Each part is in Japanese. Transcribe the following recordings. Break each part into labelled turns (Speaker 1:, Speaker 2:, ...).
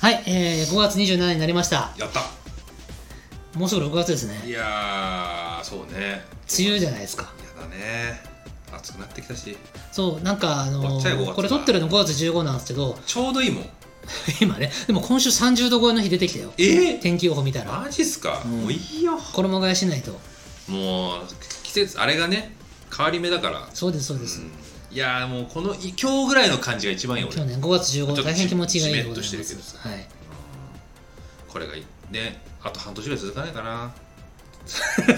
Speaker 1: はい、えー、5月27日になりました。
Speaker 2: やった
Speaker 1: もうすぐ6月ですね。
Speaker 2: いやーそうね
Speaker 1: 梅雨じゃないですか。
Speaker 2: やだね暑くなってきたし
Speaker 1: そう、なんか、あ
Speaker 2: 終わ
Speaker 1: の
Speaker 2: っちゃえ5
Speaker 1: ー
Speaker 2: 月
Speaker 1: これ撮ってるの5月15なんですけど、
Speaker 2: ちょうどいいもん
Speaker 1: 今ね、でも今週30度超えの日出てきたよ。
Speaker 2: え
Speaker 1: 天気予報見たら。
Speaker 2: マジっすか、
Speaker 1: うん
Speaker 2: もういいよ
Speaker 1: 衣替えしないと。
Speaker 2: もう季節あれがね変わり目だから、
Speaker 1: そうです、そうです。
Speaker 2: うんいやーもうこのい今日ぐらいの感じが一番いい俺
Speaker 1: 今日ね、5月15
Speaker 2: ちょっと
Speaker 1: 大変気持ちがいいでございま
Speaker 2: じめっとしてるけ
Speaker 1: す。
Speaker 2: ど
Speaker 1: はい。
Speaker 2: これがいいねあと半年ぐらい続かないかな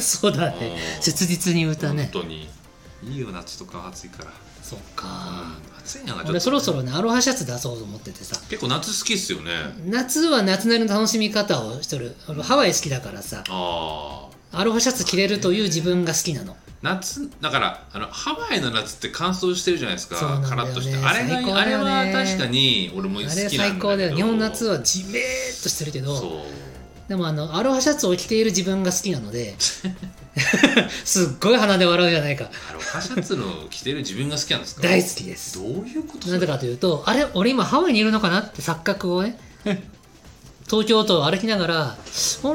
Speaker 1: そうだね。切実に歌ね。
Speaker 2: 本当にいいよ夏とか暑いから、
Speaker 1: そっか。
Speaker 2: うん暑いなちょっ
Speaker 1: 俺
Speaker 2: と
Speaker 1: そろそろね、アロハシャツ出そうと思っててさ。
Speaker 2: 結構夏好きっすよね、
Speaker 1: 夏は夏なりの楽しみ方をしとる。俺ハワイ好きだからさ、
Speaker 2: ああ
Speaker 1: アロハシャツ着れるという自分が好きなの。
Speaker 2: 夏だからあのハワイの夏って乾燥してるじゃないですか、
Speaker 1: そうなんだよ
Speaker 2: カ
Speaker 1: ね
Speaker 2: ラッとしてあれが、
Speaker 1: 最高
Speaker 2: あ
Speaker 1: だ
Speaker 2: れ
Speaker 1: よね
Speaker 2: は確かに俺も好きなん
Speaker 1: あ
Speaker 2: だ
Speaker 1: れ
Speaker 2: けど
Speaker 1: 最高だよね日本の夏はジメーっとしてるけ
Speaker 2: そう
Speaker 1: どでもあのアロハシャツを着ている自分が好きなの ですっごい鼻で笑うじゃないか
Speaker 2: アロハシャツの着てる 自分が好きなんですか
Speaker 1: 大好きです
Speaker 2: どういうこと
Speaker 1: なぜかというとあれ俺今ハワイにいるのかなって錯覚をね東京都を歩きながらあ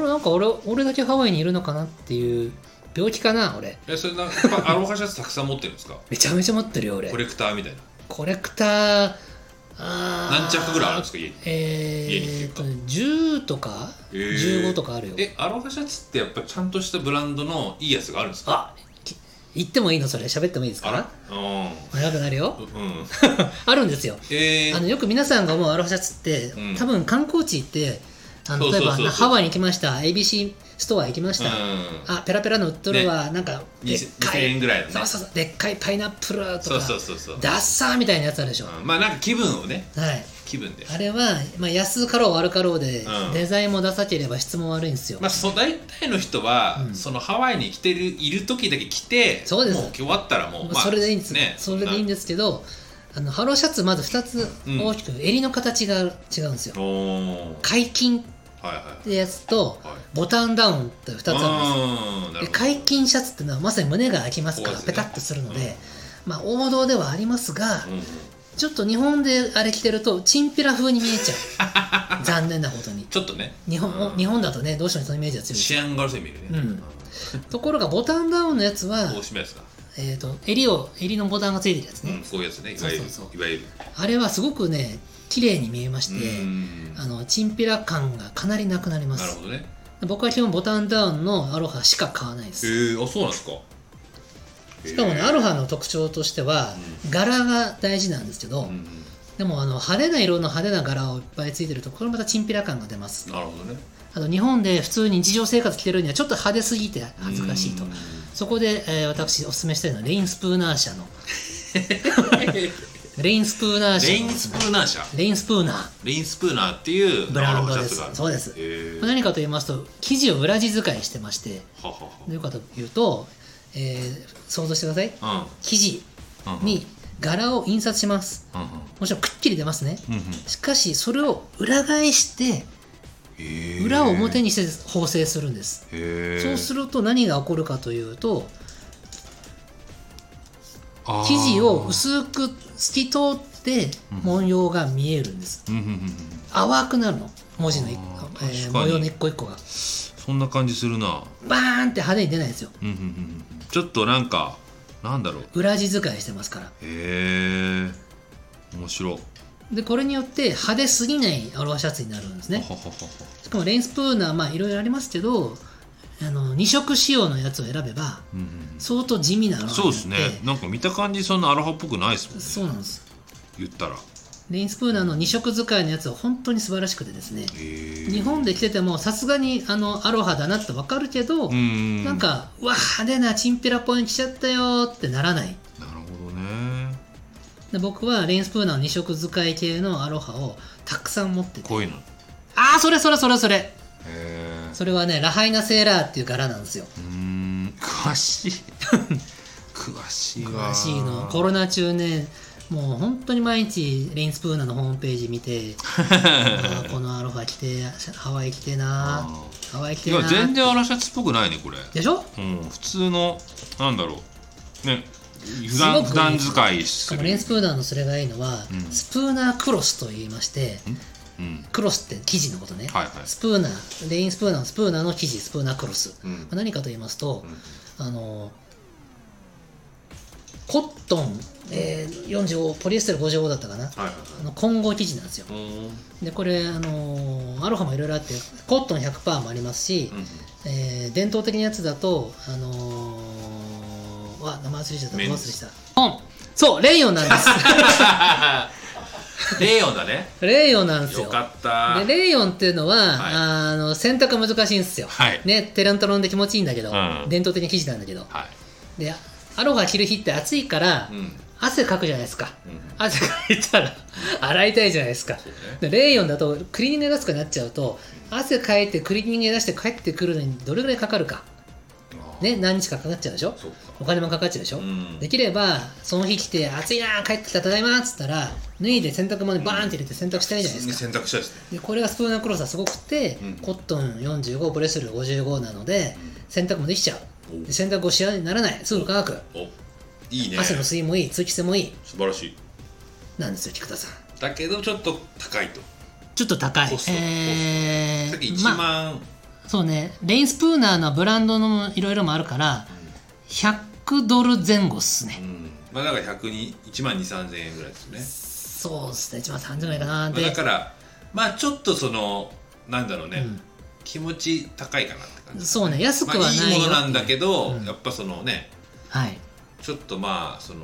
Speaker 1: れなんか俺俺だけハワイにいるのかなっていう病気かな俺
Speaker 2: えそれなやっぱアロハシャツたくさん持ってる んですか
Speaker 1: めちゃめちゃ持ってるよ俺
Speaker 2: コレクターみたいな
Speaker 1: コレクターあー
Speaker 2: 何着ぐらいあるんですか家に家にってい
Speaker 1: え
Speaker 2: う
Speaker 1: ーっ
Speaker 2: か
Speaker 1: とね10とか、
Speaker 2: えー
Speaker 1: 15とかあるよ
Speaker 2: えアロハシャツってやっぱちゃんとしたブランドのいいやつがあるんですか
Speaker 1: あき言ってもいいのそれ喋ってもいいです
Speaker 2: あ
Speaker 1: から
Speaker 2: うん
Speaker 1: 長くなるよ
Speaker 2: うん
Speaker 1: あるんですよ
Speaker 2: えー、
Speaker 1: あのよく皆さんが思うアロハシャツって、
Speaker 2: うん
Speaker 1: 多分観光地行ってあ
Speaker 2: そ
Speaker 1: の
Speaker 2: うそ
Speaker 1: 例
Speaker 2: う
Speaker 1: え
Speaker 2: そう
Speaker 1: ば
Speaker 2: そう
Speaker 1: なハワイに行きました ABC ストア行きました、
Speaker 2: うん
Speaker 1: あペラペラの売っとるわ、なんかでっか
Speaker 2: 2000
Speaker 1: い
Speaker 2: 円ぐらいのね
Speaker 1: そうそうそうでっかいパイナップルとか
Speaker 2: そうそうそうそう
Speaker 1: ダッサーみたいなやつあるでしょ、
Speaker 2: うんまあなんか気分をね
Speaker 1: はい
Speaker 2: 気分で
Speaker 1: あれは、まあ、安かろう悪かろうで、
Speaker 2: うん
Speaker 1: デザインもダサければ質も悪いんですよ、
Speaker 2: まあ、そ大体の人は、
Speaker 1: うん
Speaker 2: そのハワイに来てるいる時だけ来て
Speaker 1: そうです
Speaker 2: もう終わったらもう、
Speaker 1: まあ、それでいいんです、
Speaker 2: ね
Speaker 1: それでいいんですけどあのハローシャツまず2つ
Speaker 2: うん
Speaker 1: 大きく襟の形が違うんですよ、
Speaker 2: おおー
Speaker 1: 解禁っ
Speaker 2: はいはい
Speaker 1: てやつと
Speaker 2: はい
Speaker 1: ボタンダウンって2つあるんです
Speaker 2: あ
Speaker 1: で解禁シャツってのはまさに胸が開きますか
Speaker 2: そう
Speaker 1: ら
Speaker 2: で
Speaker 1: ペ
Speaker 2: すね
Speaker 1: タッとするので、まあ王道ではありますが、
Speaker 2: うん、
Speaker 1: ちょっと日本であれ着てるとチンピラ風に見えちゃ う残念なことに
Speaker 2: ちょっとね
Speaker 1: 日本,、
Speaker 2: うん
Speaker 1: 日本だとねどうしてもそのイメージが強いです
Speaker 2: 治安が悪そうに見えるね、
Speaker 1: うんところがボタンダウンのやつは
Speaker 2: こう、しますか、
Speaker 1: えー、と襟を襟のボタンがついてるやつ
Speaker 2: う
Speaker 1: ね、
Speaker 2: ん、こういうやつねいわゆる
Speaker 1: そうそうそう
Speaker 2: いわゆる
Speaker 1: あれはすごくね綺麗に見えまして、
Speaker 2: うん
Speaker 1: あのチンピラ感がかなりなくなりま
Speaker 2: なる
Speaker 1: す
Speaker 2: ほどね
Speaker 1: 僕は基本ボタンダウンのアロハしか買わないで
Speaker 2: え
Speaker 1: す、
Speaker 2: ー、あそうなんですか
Speaker 1: しかもね
Speaker 2: えー
Speaker 1: アロハの特徴としては、柄が大事なんですけど、
Speaker 2: うん
Speaker 1: でもあの派手な色の派手な柄をいっぱいついてるとこれまたチンピラ感が出ます
Speaker 2: なるほどね
Speaker 1: あと日本で普通に日常生活着てるにはちょっと派手すぎて恥ずかしいと
Speaker 2: うん
Speaker 1: そこで、えー私おすすめしたいのはレインスプーナー 社のレインスプーナー社
Speaker 2: レ
Speaker 1: の
Speaker 2: インスプーナー社
Speaker 1: レインスプーナー
Speaker 2: レインスプーナーっていう
Speaker 1: ブランド
Speaker 2: アロハ
Speaker 1: で
Speaker 2: シャツ
Speaker 1: す
Speaker 2: がある
Speaker 1: そうです
Speaker 2: えー、は
Speaker 1: 何かと言いますと生地を裏地使いしてましてど
Speaker 2: はは
Speaker 1: ういうかというと、えー想像してください
Speaker 2: は
Speaker 1: 生地
Speaker 2: うんうん
Speaker 1: に柄を印刷します
Speaker 2: うん
Speaker 1: もちろんくっきり出ますね
Speaker 2: うんうん
Speaker 1: しかしそれを裏返して
Speaker 2: うん
Speaker 1: 裏を表
Speaker 2: に
Speaker 1: にして縫製するんですそうす
Speaker 2: る
Speaker 1: ると何が起こるかというと生地を薄く透き通って文様が見えるんです
Speaker 2: うんうんうんうん
Speaker 1: 淡くなるの文字の一個
Speaker 2: あ
Speaker 1: えー
Speaker 2: ー確かに
Speaker 1: 模様の一個一個が
Speaker 2: そんな感じするな
Speaker 1: バーンって派手に出ないんですよ
Speaker 2: うんうんうんうんちょっとなんかなんだろう
Speaker 1: 裏地使いしてますから
Speaker 2: へえ面白
Speaker 1: でこれによって派手すぎないアロハシャツになるんですね
Speaker 2: はははは
Speaker 1: しかもレインスプーナーまあいろいろありますけどあの2色仕様のやつを選べば
Speaker 2: うんうん
Speaker 1: 相当地味なアロハ
Speaker 2: そうですね
Speaker 1: になって
Speaker 2: なんか見た感じそんなアロハっぽくないですもんね
Speaker 1: そうなんです
Speaker 2: 言ったら
Speaker 1: レインスプーナーの2色使いのやつは本当に素晴らしくてですね日
Speaker 2: 日
Speaker 1: 本で着ててもさすがにあのアロハだなってわかるけど、
Speaker 2: うん
Speaker 1: なんかうわ派手なチンピラっぽいの着ちゃったよーってならない
Speaker 2: なるほどね
Speaker 1: で僕はレインスプーナーの2色使い系のアロハをたくさん持ってて
Speaker 2: こういうのへ
Speaker 1: ああそれそれそれそれ
Speaker 2: え
Speaker 1: それはねラハイナセーラーっていう柄なんですよ
Speaker 2: うーん詳しい 詳しい
Speaker 1: 詳
Speaker 2: わ
Speaker 1: しいのコロナ中ねもう本当に毎日レインスプーナーのホームページ見 てあーこのアロハ着てハワイ着てな
Speaker 2: あ
Speaker 1: ハワイ着
Speaker 2: い
Speaker 1: てな
Speaker 2: や全然アロシャツっぽくないねこれ
Speaker 1: でしょ
Speaker 2: うん普通のなんだろうね普段
Speaker 1: すご
Speaker 2: 普
Speaker 1: くいい
Speaker 2: 段使い
Speaker 1: し
Speaker 2: す
Speaker 1: かも
Speaker 2: る
Speaker 1: レインスプーナーのそれがいいのは、
Speaker 2: うん
Speaker 1: スプーナークロスと言いまして
Speaker 2: うん
Speaker 1: クロスって生地のことね、
Speaker 2: はいはい
Speaker 1: スプーナーレインスプーナーのスプーナーの生地スプーナークロス、
Speaker 2: うん
Speaker 1: まあ何かと言いますと、
Speaker 2: うん
Speaker 1: あのコットン、えー45ポリエステル55だったかな
Speaker 2: はいは
Speaker 1: あの混合生地なんですよ
Speaker 2: いはいうん
Speaker 1: でこれあのアロハもいろいろあってコットン100%もありますし、えー伝統的なやつだとあのー、わ名前忘れちゃった
Speaker 2: メ
Speaker 1: 名
Speaker 2: ン
Speaker 1: 前
Speaker 2: ズ
Speaker 1: 忘れちゃった本そうレイヨンなんです
Speaker 2: レイオンだね
Speaker 1: レイヨンなんです
Speaker 2: よ
Speaker 1: よ
Speaker 2: かった
Speaker 1: でレイヨンっていうのは、
Speaker 2: はい
Speaker 1: あの洗濯難しいんですよ、
Speaker 2: はい
Speaker 1: ねテラントロンで気持ちいいんだけど、
Speaker 2: うん
Speaker 1: 伝統的な生地なんだけど
Speaker 2: は
Speaker 1: でアロハ着る日って暑いから、
Speaker 2: いうん
Speaker 1: 汗かくじゃないですか
Speaker 2: うん
Speaker 1: 汗かいたら洗いたいじゃないですか
Speaker 2: そうね
Speaker 1: でレイヨンだとクリーニング出すかになっちゃうと汗かいてクリーニング出して帰ってくるのにどれぐらいかかるか
Speaker 2: あー
Speaker 1: ね何日かかかっちゃうでしょ
Speaker 2: そうか
Speaker 1: お金もかかっちゃうでしょ、
Speaker 2: うん
Speaker 1: できればその日来て暑いな帰ってきたただいまっつったら脱いで洗濯物にバーンって入れて洗濯したいじゃないですか、
Speaker 2: 選択したいですね
Speaker 1: でこれがスプーンのクロスはすごくて、
Speaker 2: うん
Speaker 1: コットン45ポレステル55なので洗濯もできちゃう
Speaker 2: お
Speaker 1: で洗濯後しわにならないすぐ乾く
Speaker 2: おいいね
Speaker 1: 汗の
Speaker 2: 素
Speaker 1: 吸いもいい通気性もいい
Speaker 2: 晴らしい
Speaker 1: なんですよ菊田さん
Speaker 2: だけどちょっと高いと
Speaker 1: ちょっと高い
Speaker 2: コスト
Speaker 1: え
Speaker 2: さっき
Speaker 1: ー
Speaker 2: 1
Speaker 1: まあ
Speaker 2: 万
Speaker 1: そうねレインスプーナーのブランドのいろいろもあるから100ドル前後っすね
Speaker 2: うんまあだから100に1万2 3 0円ぐらいですね
Speaker 1: そうっすね1万3000円かな
Speaker 2: まあ
Speaker 1: で
Speaker 2: だからまあちょっとそのなんだろうね
Speaker 1: うん
Speaker 2: 気持ち高いかなって感じ
Speaker 1: そうね安
Speaker 2: まあ
Speaker 1: くはないよ
Speaker 2: いいものなんだけど
Speaker 1: うん
Speaker 2: やっぱそのね
Speaker 1: はい
Speaker 2: ちょっとまあその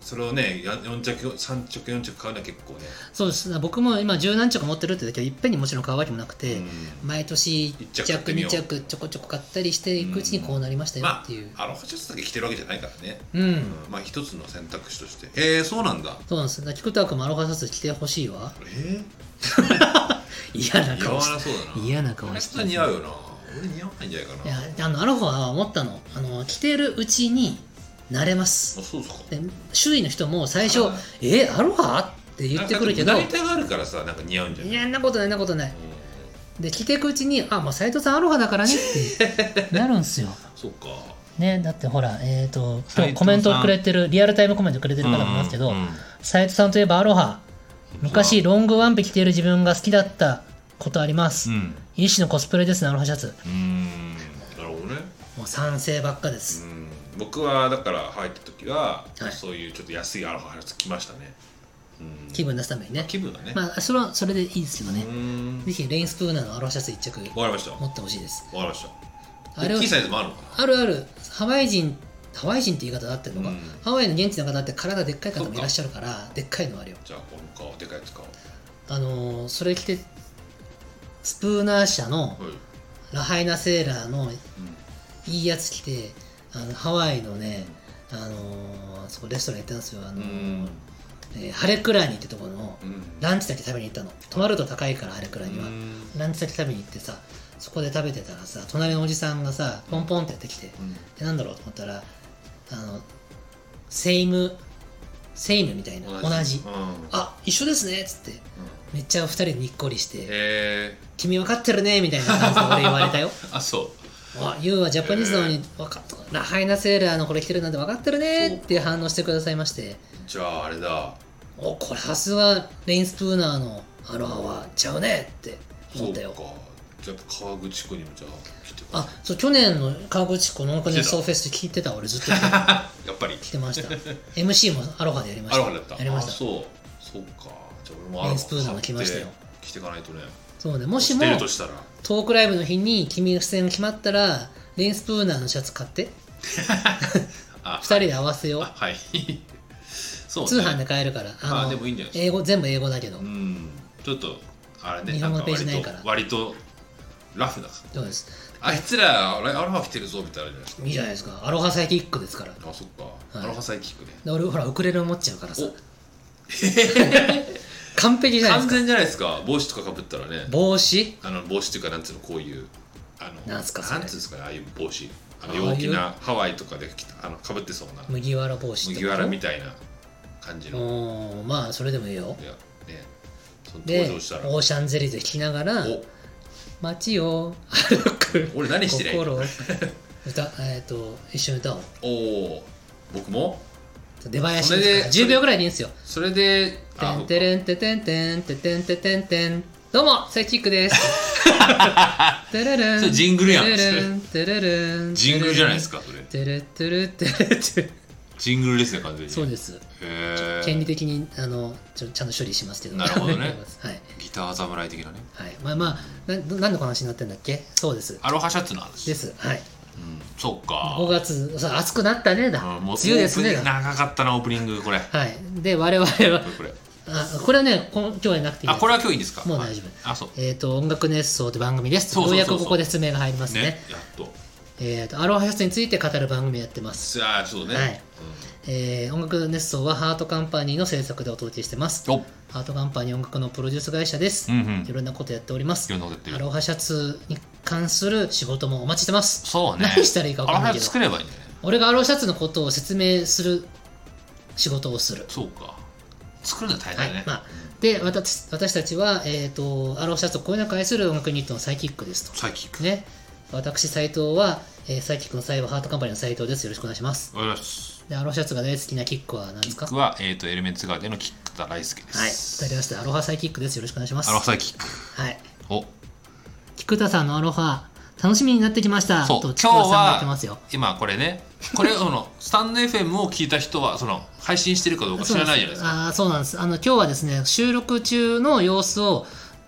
Speaker 2: それをねや4着3着4着買うのは結構ね
Speaker 1: そうです僕も今十何着持ってるってだけどいっぺんにもちろん買うわけもなくて、
Speaker 2: うん
Speaker 1: 毎年
Speaker 2: 一
Speaker 1: 1
Speaker 2: 着買っ
Speaker 1: 着
Speaker 2: てみ
Speaker 1: 2
Speaker 2: よう
Speaker 1: 着ちょこちょこ買ったりしていくうちにこうなりましたよ
Speaker 2: ま
Speaker 1: っていう、
Speaker 2: あアロハシャツだけ着てるわけじゃないからね
Speaker 1: うん、
Speaker 2: うんまあ一つの選択肢としてええそうなんだ
Speaker 1: そうなんですだから菊田君もアロハシャツ着てほしいわ
Speaker 2: え
Speaker 1: 嫌
Speaker 2: え
Speaker 1: な
Speaker 2: 柔
Speaker 1: 顔
Speaker 2: ら
Speaker 1: して
Speaker 2: そうだな
Speaker 1: 嫌な顔
Speaker 2: あれ
Speaker 1: して
Speaker 2: 普通似合うよな俺似合わないんじゃないか
Speaker 1: い
Speaker 2: な
Speaker 1: や
Speaker 2: あ
Speaker 1: あのアロハは思ったのあの着てるうちに慣れます
Speaker 2: そうですか
Speaker 1: で周囲の人も最初
Speaker 2: あ
Speaker 1: 「えアロハ?」って言ってくるけど
Speaker 2: な
Speaker 1: 「
Speaker 2: んかだってうなり手があるからさなんか似合うんじゃない
Speaker 1: いやんなことないんなことない」で着ていくうちに「あもう斎藤さんアロハだからね」 ってなるんですよ
Speaker 2: うんそうか
Speaker 1: ねだってほらえっ、と今
Speaker 2: 斉藤さん
Speaker 1: 日コメントくれてるリアルタイムコメントくれてる方もいますけど、
Speaker 2: うんうん
Speaker 1: 斉藤さんといえばアロハ昔
Speaker 2: う
Speaker 1: ロングワンピ着ている自分が好きだったことあります、
Speaker 2: ん
Speaker 1: 一種のコスプレですねアロハシャツ
Speaker 2: うんなるほどね
Speaker 1: もう賛成ばっかで
Speaker 2: う
Speaker 1: す、
Speaker 2: ん僕はだから入った時は
Speaker 1: はい
Speaker 2: そういうちょっと安いアロハシャツ着ましたねうん
Speaker 1: 気分出すためにね
Speaker 2: 気分だね
Speaker 1: まあそれはそれでいいですけどね
Speaker 2: う、ん
Speaker 1: ぜひレインスプーナーのアロハシャツ一着
Speaker 2: わかりましたわ
Speaker 1: 持
Speaker 2: か
Speaker 1: ってほしいです
Speaker 2: りまし
Speaker 1: あ
Speaker 2: た
Speaker 1: れ
Speaker 2: 大
Speaker 1: は
Speaker 2: きいサイズもあるのかな
Speaker 1: あるあるハワイ人ハワイ人って言い方だってるのか、
Speaker 2: うん
Speaker 1: ハワイの現地の方って体でっかい方もいらっしゃるからでっかいのあるよ
Speaker 2: じゃあこの顔でかいやつ買おう
Speaker 1: あのーそれ着てスプーナー社の
Speaker 2: はい
Speaker 1: ラハイナセーラーの
Speaker 2: うん
Speaker 1: いいやつ着てあのハワイのね、あのーそこレストラン行ったんですよ、あのーえーハレクラニってところの
Speaker 2: うん
Speaker 1: ランチだけ食べに行ったの泊まると高いからハレクラニは、
Speaker 2: うん
Speaker 1: ランチだけ食べに行ってさそこで食べてたらさ隣のおじさんがさポンポンってやってきて、でなんだろうと思ったらあのセイムセイムみたいな同じ
Speaker 2: うん
Speaker 1: あ一緒ですねっつって
Speaker 2: うん
Speaker 1: めっちゃ二人でにっこりして
Speaker 2: へえ
Speaker 1: 「君分かってるね」みたいな感じで俺言われたよ
Speaker 2: あそう
Speaker 1: あユウはジャパニーズなのに分かっラハイナセーラーのこれ着てるなんて分かってるねっていう反応してくださいまして
Speaker 2: じゃああれだ
Speaker 1: おこれハスはレインスプーナーのアロハはちゃうねって思ったよ
Speaker 2: そうかじゃあやっぱ川口湖にもじゃあ来てこい
Speaker 1: あそう去年の川口湖のお金ソーフェス聞いてた俺ずっと
Speaker 2: やっぱり
Speaker 1: 来てました MC もアロハでやりまし
Speaker 2: ア
Speaker 1: た
Speaker 2: ロハだった
Speaker 1: やりました
Speaker 2: あそうそうかじゃあ俺もアロハ
Speaker 1: レインスプーナーが来ましたよ
Speaker 2: 買って着ていかないとね
Speaker 1: そうね、もし
Speaker 2: し
Speaker 1: も
Speaker 2: てるとしたら
Speaker 1: トークライブの日に君の出演が決まったらレインスプーナーのシャツ買って
Speaker 2: あ
Speaker 1: 2人で合わせよ
Speaker 2: あ
Speaker 1: う、
Speaker 2: はいそうね
Speaker 1: 通販で買えるから
Speaker 2: あでもいいんじゃないですか
Speaker 1: 英語全部英語だけど、
Speaker 2: うんちょっとあれね
Speaker 1: 日
Speaker 2: な
Speaker 1: 本語
Speaker 2: んか
Speaker 1: ページ
Speaker 2: 割
Speaker 1: ない
Speaker 2: と
Speaker 1: から
Speaker 2: 割とラフな
Speaker 1: そうです
Speaker 2: あいつらあれアロハ着てるぞみたいなのあるじゃない
Speaker 1: いい
Speaker 2: で
Speaker 1: じ
Speaker 2: す
Speaker 1: ゃないですかアロハサイキックですから
Speaker 2: かあそっかアロハサイキックね
Speaker 1: で俺ほらウクレレ持っちゃうからさ
Speaker 2: お
Speaker 1: 完璧じゃないで
Speaker 2: 完
Speaker 1: すか
Speaker 2: 全じゃないですか帽子とかかぶったらね
Speaker 1: 帽子
Speaker 2: あの帽子っていうかなんつうのこういうあの
Speaker 1: なんすかそれ
Speaker 2: つうんですかねああいう帽子あ
Speaker 1: あ
Speaker 2: の
Speaker 1: あいう
Speaker 2: 陽気なハワイとかで着たあのかぶってそうな
Speaker 1: 麦わら帽子
Speaker 2: 麦わらみ
Speaker 1: た
Speaker 2: たいな感じ
Speaker 1: いな
Speaker 2: の
Speaker 1: おーまあそれでもいいよ
Speaker 2: いやねその
Speaker 1: で
Speaker 2: 登
Speaker 1: オ
Speaker 2: 場したら
Speaker 1: ーシャンゼリーで聴きながら
Speaker 2: お
Speaker 1: 街を歩く
Speaker 2: 俺何してりゃいい
Speaker 1: 心
Speaker 2: の
Speaker 1: を歌えっ、と一緒に歌おう
Speaker 2: おお僕も
Speaker 1: 出囃子です
Speaker 2: それ
Speaker 1: から
Speaker 2: で
Speaker 1: 10秒ぐらいでいいんですよ
Speaker 2: それで
Speaker 1: てんてれんててんてんててんててんてん。どうも、サイチックです。てれれん
Speaker 3: それジングルやん
Speaker 1: てれれんてれれん。
Speaker 3: ジングルじゃないです
Speaker 1: か。
Speaker 3: かそれ
Speaker 1: てれてれてれてれ。
Speaker 3: ジングルですね完全に
Speaker 1: そうです。
Speaker 3: へ
Speaker 1: 権利
Speaker 3: え
Speaker 1: 的に、あの、ちょちゃんと処理しますけど。
Speaker 3: なるほどね
Speaker 1: やりますはい。
Speaker 3: ギター侍的なね
Speaker 1: はい。まあまあ、な何の話になってんだっけそうです。
Speaker 3: アロハシャツの
Speaker 1: で
Speaker 3: 話
Speaker 1: す。はい。
Speaker 3: うんそうか
Speaker 1: 5月、さ暑くなったねだ。
Speaker 3: あ
Speaker 1: 梅
Speaker 3: もう
Speaker 1: 雨ですね
Speaker 3: オープニング
Speaker 1: だ。
Speaker 3: 長かったなオープニングこれこ
Speaker 1: はい。で、我々は、
Speaker 3: れこれ
Speaker 1: あこれはね、こん今日はなくていいで
Speaker 3: あ
Speaker 1: す
Speaker 3: これは今日いいんですか
Speaker 1: もう大丈夫
Speaker 3: はいあそう
Speaker 1: えー、と音楽熱奏という番組です
Speaker 3: そうそうそうそう
Speaker 1: ようやくここで説明が入りますね
Speaker 3: ねやっと
Speaker 1: えー、とアロハシャツについて語る番組やってます、
Speaker 2: ああそうね、
Speaker 1: はいえー音楽熱奏はハートカンパニーの制作でお届けしてます
Speaker 3: お
Speaker 1: ハートカンパニー音楽のプロデュース会社です、
Speaker 3: うんうん
Speaker 1: いろんなことやっておりま
Speaker 3: い
Speaker 1: す
Speaker 3: ろんなことやってる
Speaker 1: アロハシャツに関する仕事もお待ちしてます
Speaker 3: そうね
Speaker 1: 何したらいいか分かんない
Speaker 3: アロハシ
Speaker 1: け
Speaker 3: ャツ
Speaker 1: ど
Speaker 3: 作ればいいんだよね
Speaker 1: 俺がアロハシャツのことを説明する仕事をする
Speaker 3: そうか作るのは大
Speaker 1: は
Speaker 3: 変
Speaker 1: い
Speaker 3: だね
Speaker 1: まあ、で私私たちは、えー、とアローシャツをこよなく愛する音楽ユニットのサイキックです
Speaker 3: サイキッ
Speaker 1: と、
Speaker 3: ク
Speaker 1: ね、私斉藤は、えーサイキックの際はハートカンパニーの斉藤ですよろしくお願いします
Speaker 3: おはようございます
Speaker 1: でアローシャツが大好きなキックは何で
Speaker 3: キ
Speaker 1: すか
Speaker 3: ック
Speaker 1: はい
Speaker 3: はえっとエレメンツガーデンのキック田大輔で
Speaker 1: 二
Speaker 3: す
Speaker 1: 人合わせてアロハサイキックですよろしくお願いします
Speaker 3: アロハサイキック
Speaker 1: はい
Speaker 3: お
Speaker 1: 菊田さんのアロハ楽しみになってきました
Speaker 3: そう
Speaker 1: と
Speaker 3: 今
Speaker 1: 菊
Speaker 3: 日
Speaker 1: 田さんが言ってますよ
Speaker 3: は今これねこれをその スタンド FM を聞いた人はその配信してるかどうか知らないじゃないですか
Speaker 1: あーそうなんですあの今日はですね収録中の様子を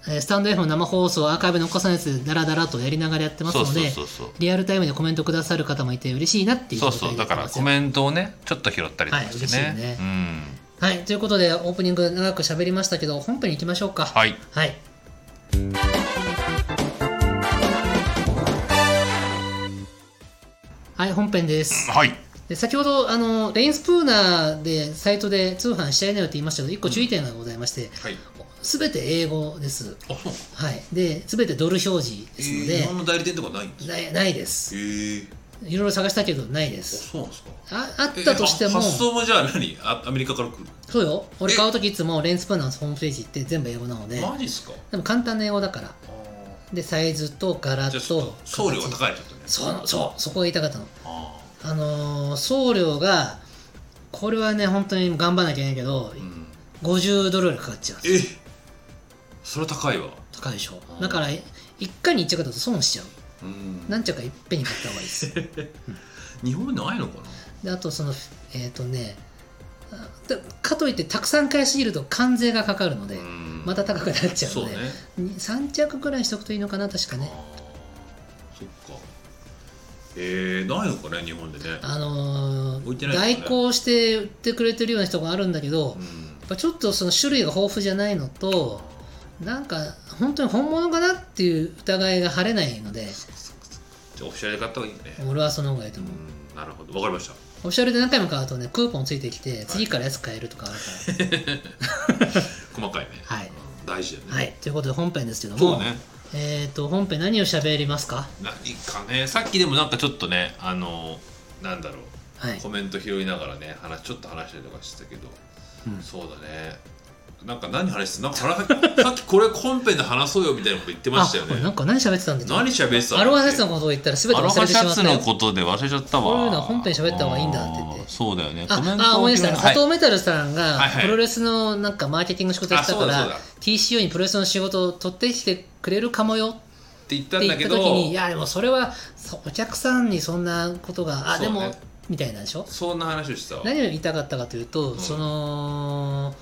Speaker 1: えースタンド F の生放送アーカイブ残さないやつでダラダラとやりながらやってます
Speaker 3: そう
Speaker 1: の
Speaker 3: そう
Speaker 1: で
Speaker 3: そうそう
Speaker 1: リアルタイムでコメントくださる方もいて嬉しいなっていう
Speaker 3: そう
Speaker 1: 状
Speaker 3: そう
Speaker 1: 態
Speaker 3: だ
Speaker 1: で
Speaker 3: から
Speaker 1: やって
Speaker 3: コ
Speaker 1: ますよ
Speaker 3: メントをねちょっと拾ったりとかしてね,、
Speaker 1: はい嬉しいね
Speaker 3: うん
Speaker 1: はいということでオープニング長く喋りましたけど本編に行きましょうか
Speaker 3: はい
Speaker 1: はいはい本編です
Speaker 3: はい
Speaker 1: で先ほどあのレインスプーナーでサイトで通販しちゃいなよって言いましたけど1個注意点がございまして、
Speaker 2: はい
Speaker 1: すべて英語です。
Speaker 3: あそう
Speaker 1: はい。で、すべてドル表示で
Speaker 2: え
Speaker 1: すの
Speaker 2: ー、
Speaker 1: で
Speaker 2: 日、本の代理店とかないんですか
Speaker 1: ないないです。
Speaker 2: へえー、
Speaker 1: いろいろ探したけどないで
Speaker 2: あ
Speaker 1: す。
Speaker 2: そうなんですか
Speaker 1: ああったとして
Speaker 2: え
Speaker 1: も、
Speaker 2: 発想もじゃあ何あアメリカから来る
Speaker 1: そうよ。俺買うときいつもレンスプーナーのホームページ行って全部英語なので、
Speaker 2: マジっすか
Speaker 1: でも簡単な英語だから。
Speaker 2: あー
Speaker 1: で、サイズと柄
Speaker 2: じゃあちょっ
Speaker 1: と
Speaker 2: と送料が
Speaker 1: い。
Speaker 2: 高いちょっとね
Speaker 1: そう、そう、そこが言いたかったの。
Speaker 3: あ
Speaker 1: あのー送料が、これはね、本当に頑張らなきゃいけないけど
Speaker 3: ー、うん、
Speaker 1: 50ドルぐらいかかっちゃう。
Speaker 2: え
Speaker 3: それは高いわ
Speaker 1: 高いでしょ
Speaker 3: あ。ー
Speaker 1: だから、一回に一着だと損しちゃう。
Speaker 2: うん
Speaker 1: 何着かいっぺんに買った方がいいです。
Speaker 2: 日本ないのかな
Speaker 1: であとそのえっ、とねあだかといってたくさん買いすぎると関税がかかるので、
Speaker 3: うん
Speaker 1: また高くなっちゃう
Speaker 2: そう
Speaker 1: の
Speaker 2: ね
Speaker 1: で、に3着くらいにしとくといいのかな確か
Speaker 2: あ
Speaker 1: ね
Speaker 2: ーそっかえー、ないのかね日本でね
Speaker 1: あの
Speaker 2: 置いて
Speaker 1: ー
Speaker 2: ないですよね
Speaker 1: 代行して売ってくれてるような人があるんだけど、
Speaker 2: う
Speaker 1: や
Speaker 2: ん
Speaker 1: っぱちょっとその種類が豊富じゃないのとなんか本当に本物かなっていう疑いが晴れないので
Speaker 2: じゃあオフィシャルで買った方がいいよね
Speaker 1: 俺はその方がいいと思う、
Speaker 2: うんなるほどわかりました
Speaker 1: オフィシャルで何回も買うとねクーポンついてきて次から安く買えるとかあるか
Speaker 2: 細かいね、
Speaker 1: らはい、
Speaker 2: うん大事だよ ね、
Speaker 1: はい、ということで本編ですけども
Speaker 3: そうね
Speaker 1: えー、と本編何を喋りますか
Speaker 3: 何かねさっきでもなんかちょっとねあの
Speaker 2: なんだろう
Speaker 1: はい
Speaker 2: コメント拾いながらね話ちょっと話したりとかしてたけど、
Speaker 1: うん
Speaker 2: そうだねなんか何話してたなんか話 さっきこれ本編で話そうよみたいなこと言ってましたよ
Speaker 1: あこれ
Speaker 2: ね
Speaker 1: なんか何喋ってたんです
Speaker 2: 何喋ってた
Speaker 1: アロハシャツ
Speaker 2: の
Speaker 1: のことを言ったら全て
Speaker 3: アロ
Speaker 1: 忘
Speaker 3: ハ
Speaker 1: れて
Speaker 3: シ
Speaker 1: しま
Speaker 3: ャ
Speaker 1: っ
Speaker 3: ツ
Speaker 1: た
Speaker 3: の
Speaker 1: よ
Speaker 3: ことで忘れちゃったわ
Speaker 1: こういうのは本編喋った方がいいんだって言って
Speaker 3: あーそうだよね
Speaker 1: ああ思い出した
Speaker 3: は
Speaker 1: 佐
Speaker 3: い
Speaker 1: 藤メタルさんが
Speaker 3: はいはい
Speaker 1: プロレスのなんかマーケティングの仕事やってたか
Speaker 2: あそうだそう
Speaker 1: ら
Speaker 2: だ
Speaker 1: TCO にプロレスの仕事を取ってきてくれるかもよ
Speaker 2: って言っ
Speaker 1: った
Speaker 2: ん
Speaker 1: て
Speaker 2: だ
Speaker 1: 言っ
Speaker 2: け
Speaker 1: た
Speaker 2: ど
Speaker 1: 時にいやでもそれはそお客さんにそんなことがあ
Speaker 2: そ
Speaker 1: で
Speaker 2: うね
Speaker 1: もみたいなんでしょ
Speaker 2: そんな話をしてたわ
Speaker 1: 何を言いたかったかというと、
Speaker 2: ん
Speaker 1: その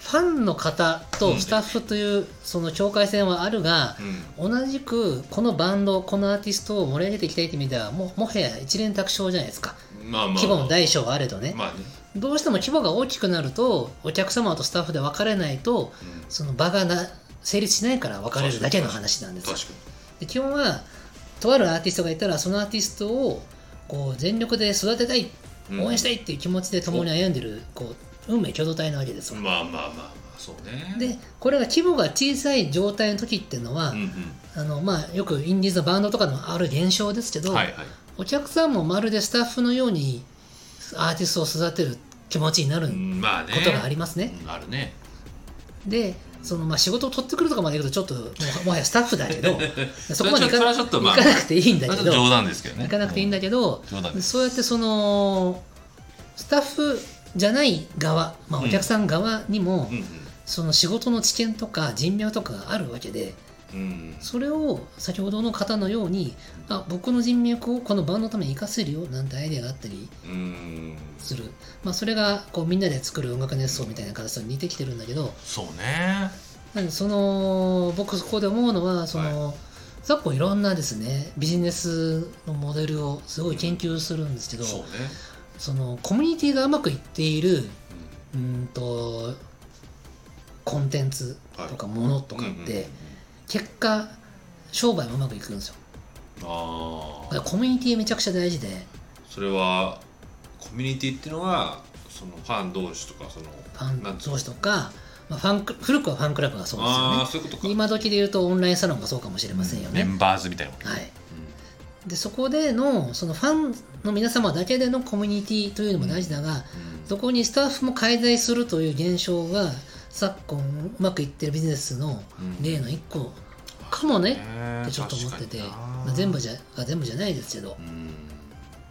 Speaker 1: ファンの方とスタッフというその境界線はあるが、
Speaker 2: うん
Speaker 1: 同じくこのバンドこのアーティストを盛り上げていきたいって意味ではもうもはや一連卓勝じゃないですか
Speaker 2: まあまあ
Speaker 1: 規模の大小はあれどね、
Speaker 2: まあね、
Speaker 1: どうしても規模が大きくなるとお客様とスタッフで分かれないと
Speaker 2: うん
Speaker 1: その場がな成立しないから別れるだけの話なんですよ
Speaker 2: 確か
Speaker 1: で基本はとあるアーティストがいたらそのアーティストをこう全力で育てたい
Speaker 2: に
Speaker 1: 応援した
Speaker 2: い、
Speaker 1: いっていう気持ちで共に歩んでるこう運命共同体なわけです
Speaker 2: う
Speaker 1: よ
Speaker 2: んまあまあまあまあそうね
Speaker 1: でこれが規模が小さい状態の時っていうのは、
Speaker 2: うんうん
Speaker 1: あのまあ、よくインディーズのバンドとかでもある現象ですけど、
Speaker 3: はいはい
Speaker 1: お客さんもまるでスタッフのようにアーティストを育てる気持ちになる
Speaker 3: う
Speaker 1: こ
Speaker 3: んまあね
Speaker 1: とがありますね。
Speaker 3: うんあるね
Speaker 1: でそのまあ仕事を取ってくるとかまで行くとちょっともうもはやスタッフだけ どそこまで行
Speaker 3: それ
Speaker 1: か
Speaker 3: はちょっとまあ
Speaker 1: 行かなくていいんだ
Speaker 3: まあち
Speaker 1: け
Speaker 3: ょっと
Speaker 1: ど
Speaker 3: 冗談ですけどね
Speaker 1: 行かなくていいんだけど
Speaker 3: うん冗談です
Speaker 1: そうやってそのスタッフじゃない側、まあ、
Speaker 2: うん
Speaker 1: お客さん側にも、
Speaker 2: うん
Speaker 1: その仕事の知見とか人脈とかがあるわけで
Speaker 2: うんうん
Speaker 1: それを先ほどの方のようにあ僕の人脈をこのバンドのために活かせるよなんてアイデアがあったり
Speaker 2: うん
Speaker 1: する、まあ、それがこうみんなで作る音楽熱奏みたいな形と似てきてるんだけど
Speaker 3: そうね
Speaker 1: なんでその僕そこで思うのはその、昨今いろんなですねビジネスのモデルをすごい研究するんですけど、
Speaker 2: そうね
Speaker 1: そのコミュニティがうまくいっているうーんとコンテンツとかものとかって、結果商売もうまくいくんですよ
Speaker 2: あ
Speaker 1: だ
Speaker 2: あ
Speaker 1: からコミュニティめちゃくちゃ大事で
Speaker 2: それはコミュニティっていうのはそのファン同士とかその
Speaker 1: ファ
Speaker 2: なん
Speaker 1: ン
Speaker 2: ていう
Speaker 1: 同士とか、まあ、ファンク古くはファンクラブがそうですよ
Speaker 2: ああ
Speaker 1: ね
Speaker 2: そういうことか
Speaker 1: 今時で言うとオンラインサロンがそうかもしれませんよ
Speaker 3: メ
Speaker 1: ね、
Speaker 3: ンバーズみたいなもんね
Speaker 1: はいでそこでのそのファンの皆様だけでのコミュニティというのも大事だが、そこにスタッフも介在するという現象が昨今うまくいってるビジネスの例の一個かもね
Speaker 3: ね
Speaker 1: ってちょっと思ってて、
Speaker 3: 確かにな
Speaker 1: まあ、全部じゃあ全部じゃないですけど
Speaker 3: うん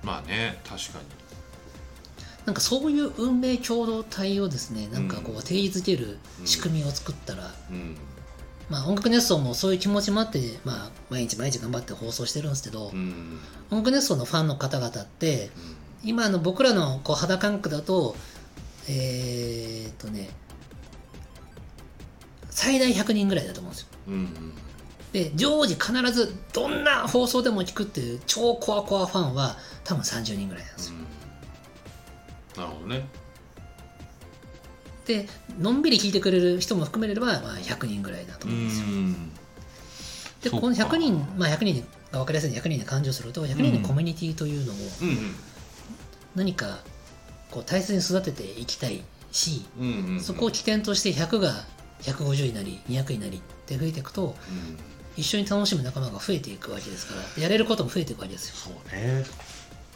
Speaker 3: まあね確かに
Speaker 1: なんかそういう運命共同体をですねなんかこ
Speaker 2: うん
Speaker 1: う定義づける仕組みを作ったら、
Speaker 2: うん
Speaker 1: まあ、音楽熱奏もそういう気持ちもあって、まあ、毎日毎日頑張って放送してるんですけど、
Speaker 2: うん
Speaker 1: 音楽熱奏のファンの方々って
Speaker 2: うん
Speaker 1: 今の僕らのこう肌感覚だとえー、っとね最大100人ぐらいだと思うんですよ
Speaker 2: うん
Speaker 1: で常時必ずどんな放送でも聞くっていう超コアコアファンは多分30人ぐらいなんですよ
Speaker 2: なるほどね
Speaker 1: でのんびり聞いてくれる人も含めれば、まあ、100人ぐらいだと
Speaker 2: う
Speaker 1: 思うんですよ、
Speaker 2: ん
Speaker 1: で
Speaker 3: そう
Speaker 1: こ
Speaker 3: か
Speaker 1: の100人、まあ、100人が分かりやすいんで100人で勘定すると100人のコミュニティというのを
Speaker 2: うん
Speaker 1: 何かこう大切に育てていきたいし、
Speaker 2: うんうんうん
Speaker 1: そこを起点として100が150になり200になりって増えていくと
Speaker 2: うん
Speaker 1: 一緒に楽しむ仲間が増えていくわけですからやれることも増えていくわけですよ
Speaker 3: そうね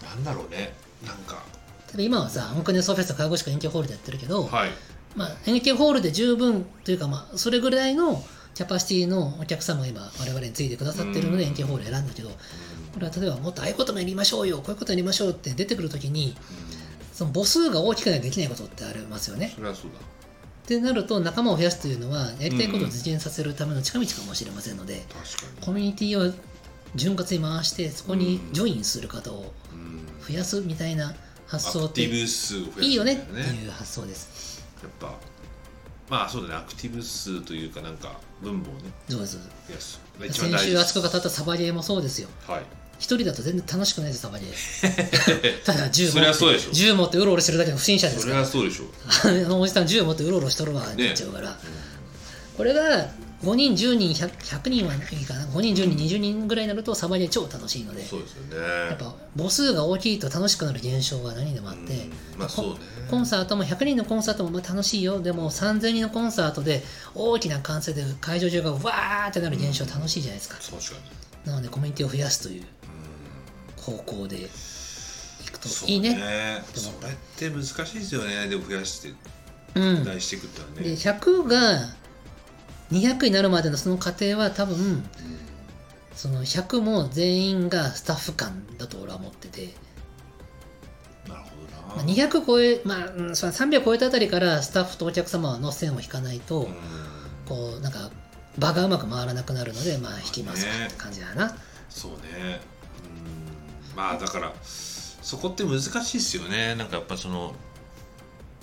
Speaker 2: なんだろうねなんか
Speaker 1: ただ今はさ本当にソーフェスト鹿児島演劇ホールでやってるけど、
Speaker 2: はい
Speaker 1: まあ、演劇ホールで十分というか、まあ、それぐらいのキャパシティのお客様が今我々についてくださってるので
Speaker 2: う
Speaker 1: 演
Speaker 2: ん
Speaker 1: 劇ホール選んだけどこれは例えばもっとああいうこともやりましょうよこういうことやりましょうって出てくるときにその母数が大きくないとできないことってありますよね。
Speaker 2: それはそうだ
Speaker 1: ってなると仲間を増やすというのはやりたいことを実現させるための近道かもしれませんので
Speaker 2: 確か
Speaker 1: コミュニティを潤滑に回してそこにジョインする方を
Speaker 2: にうん
Speaker 1: 増やすみたいな発想
Speaker 2: ア
Speaker 1: っ
Speaker 2: ク
Speaker 1: て
Speaker 2: ティ
Speaker 1: い
Speaker 2: ブ数を増やす
Speaker 1: いよねっ
Speaker 2: み
Speaker 1: て
Speaker 2: たいな
Speaker 1: いう発想です。
Speaker 2: やっぱまあそうだねアクティブ数というかなんか分母をね
Speaker 1: そうです
Speaker 2: 増やす
Speaker 1: 先週あそこが立ったサバゲーもそうですよ。
Speaker 2: はい
Speaker 1: 一人だと全然楽しくないですたまに ただ銃持
Speaker 2: そりゃ
Speaker 1: っ
Speaker 2: そうでして
Speaker 1: 銃持ってうろうろしてるだけの不審者
Speaker 2: ょ
Speaker 1: で
Speaker 2: そ
Speaker 1: す
Speaker 2: れ
Speaker 1: か
Speaker 2: はそうでしょう
Speaker 1: ら あのおじさん銃持ってうろうろしとるわって言っちゃうから、これが5人10人 100, 100人はいいかな5人10人20人ぐらいになるとサバゲー超楽しいので
Speaker 2: そうですよね
Speaker 1: やっぱ母数が大きいと楽しくなる現象が何でもあっ
Speaker 2: う
Speaker 1: て、
Speaker 2: んまあそうね
Speaker 1: コンサートも100人のコンサートもまあ楽しいよでも3000人のコンサートで大きな歓声で会場中がわーってなる現象楽しいじゃないですか、
Speaker 2: そう確かに
Speaker 1: なのでコミュニティを増やすという
Speaker 2: うん
Speaker 1: 方向でいくと
Speaker 2: そう
Speaker 1: いいね
Speaker 2: それって難しいですよねでも増やして
Speaker 1: うん、で
Speaker 2: 大していくってのはね、
Speaker 1: 100が200になるまでのその過程は多分その100も全員がスタッフ間だと俺は思ってて、
Speaker 2: なるほ
Speaker 1: まあ
Speaker 2: どな、
Speaker 1: 200超えまあうんその300超えたあたりからスタッフとお客様の線を引かないと、
Speaker 2: うん
Speaker 1: こうなんか場がうまく回らなくなるのでまあ引きますわ
Speaker 2: ね
Speaker 1: って感じだな、
Speaker 2: そうねうんまあだからそこって難しいですよねなんかやっぱその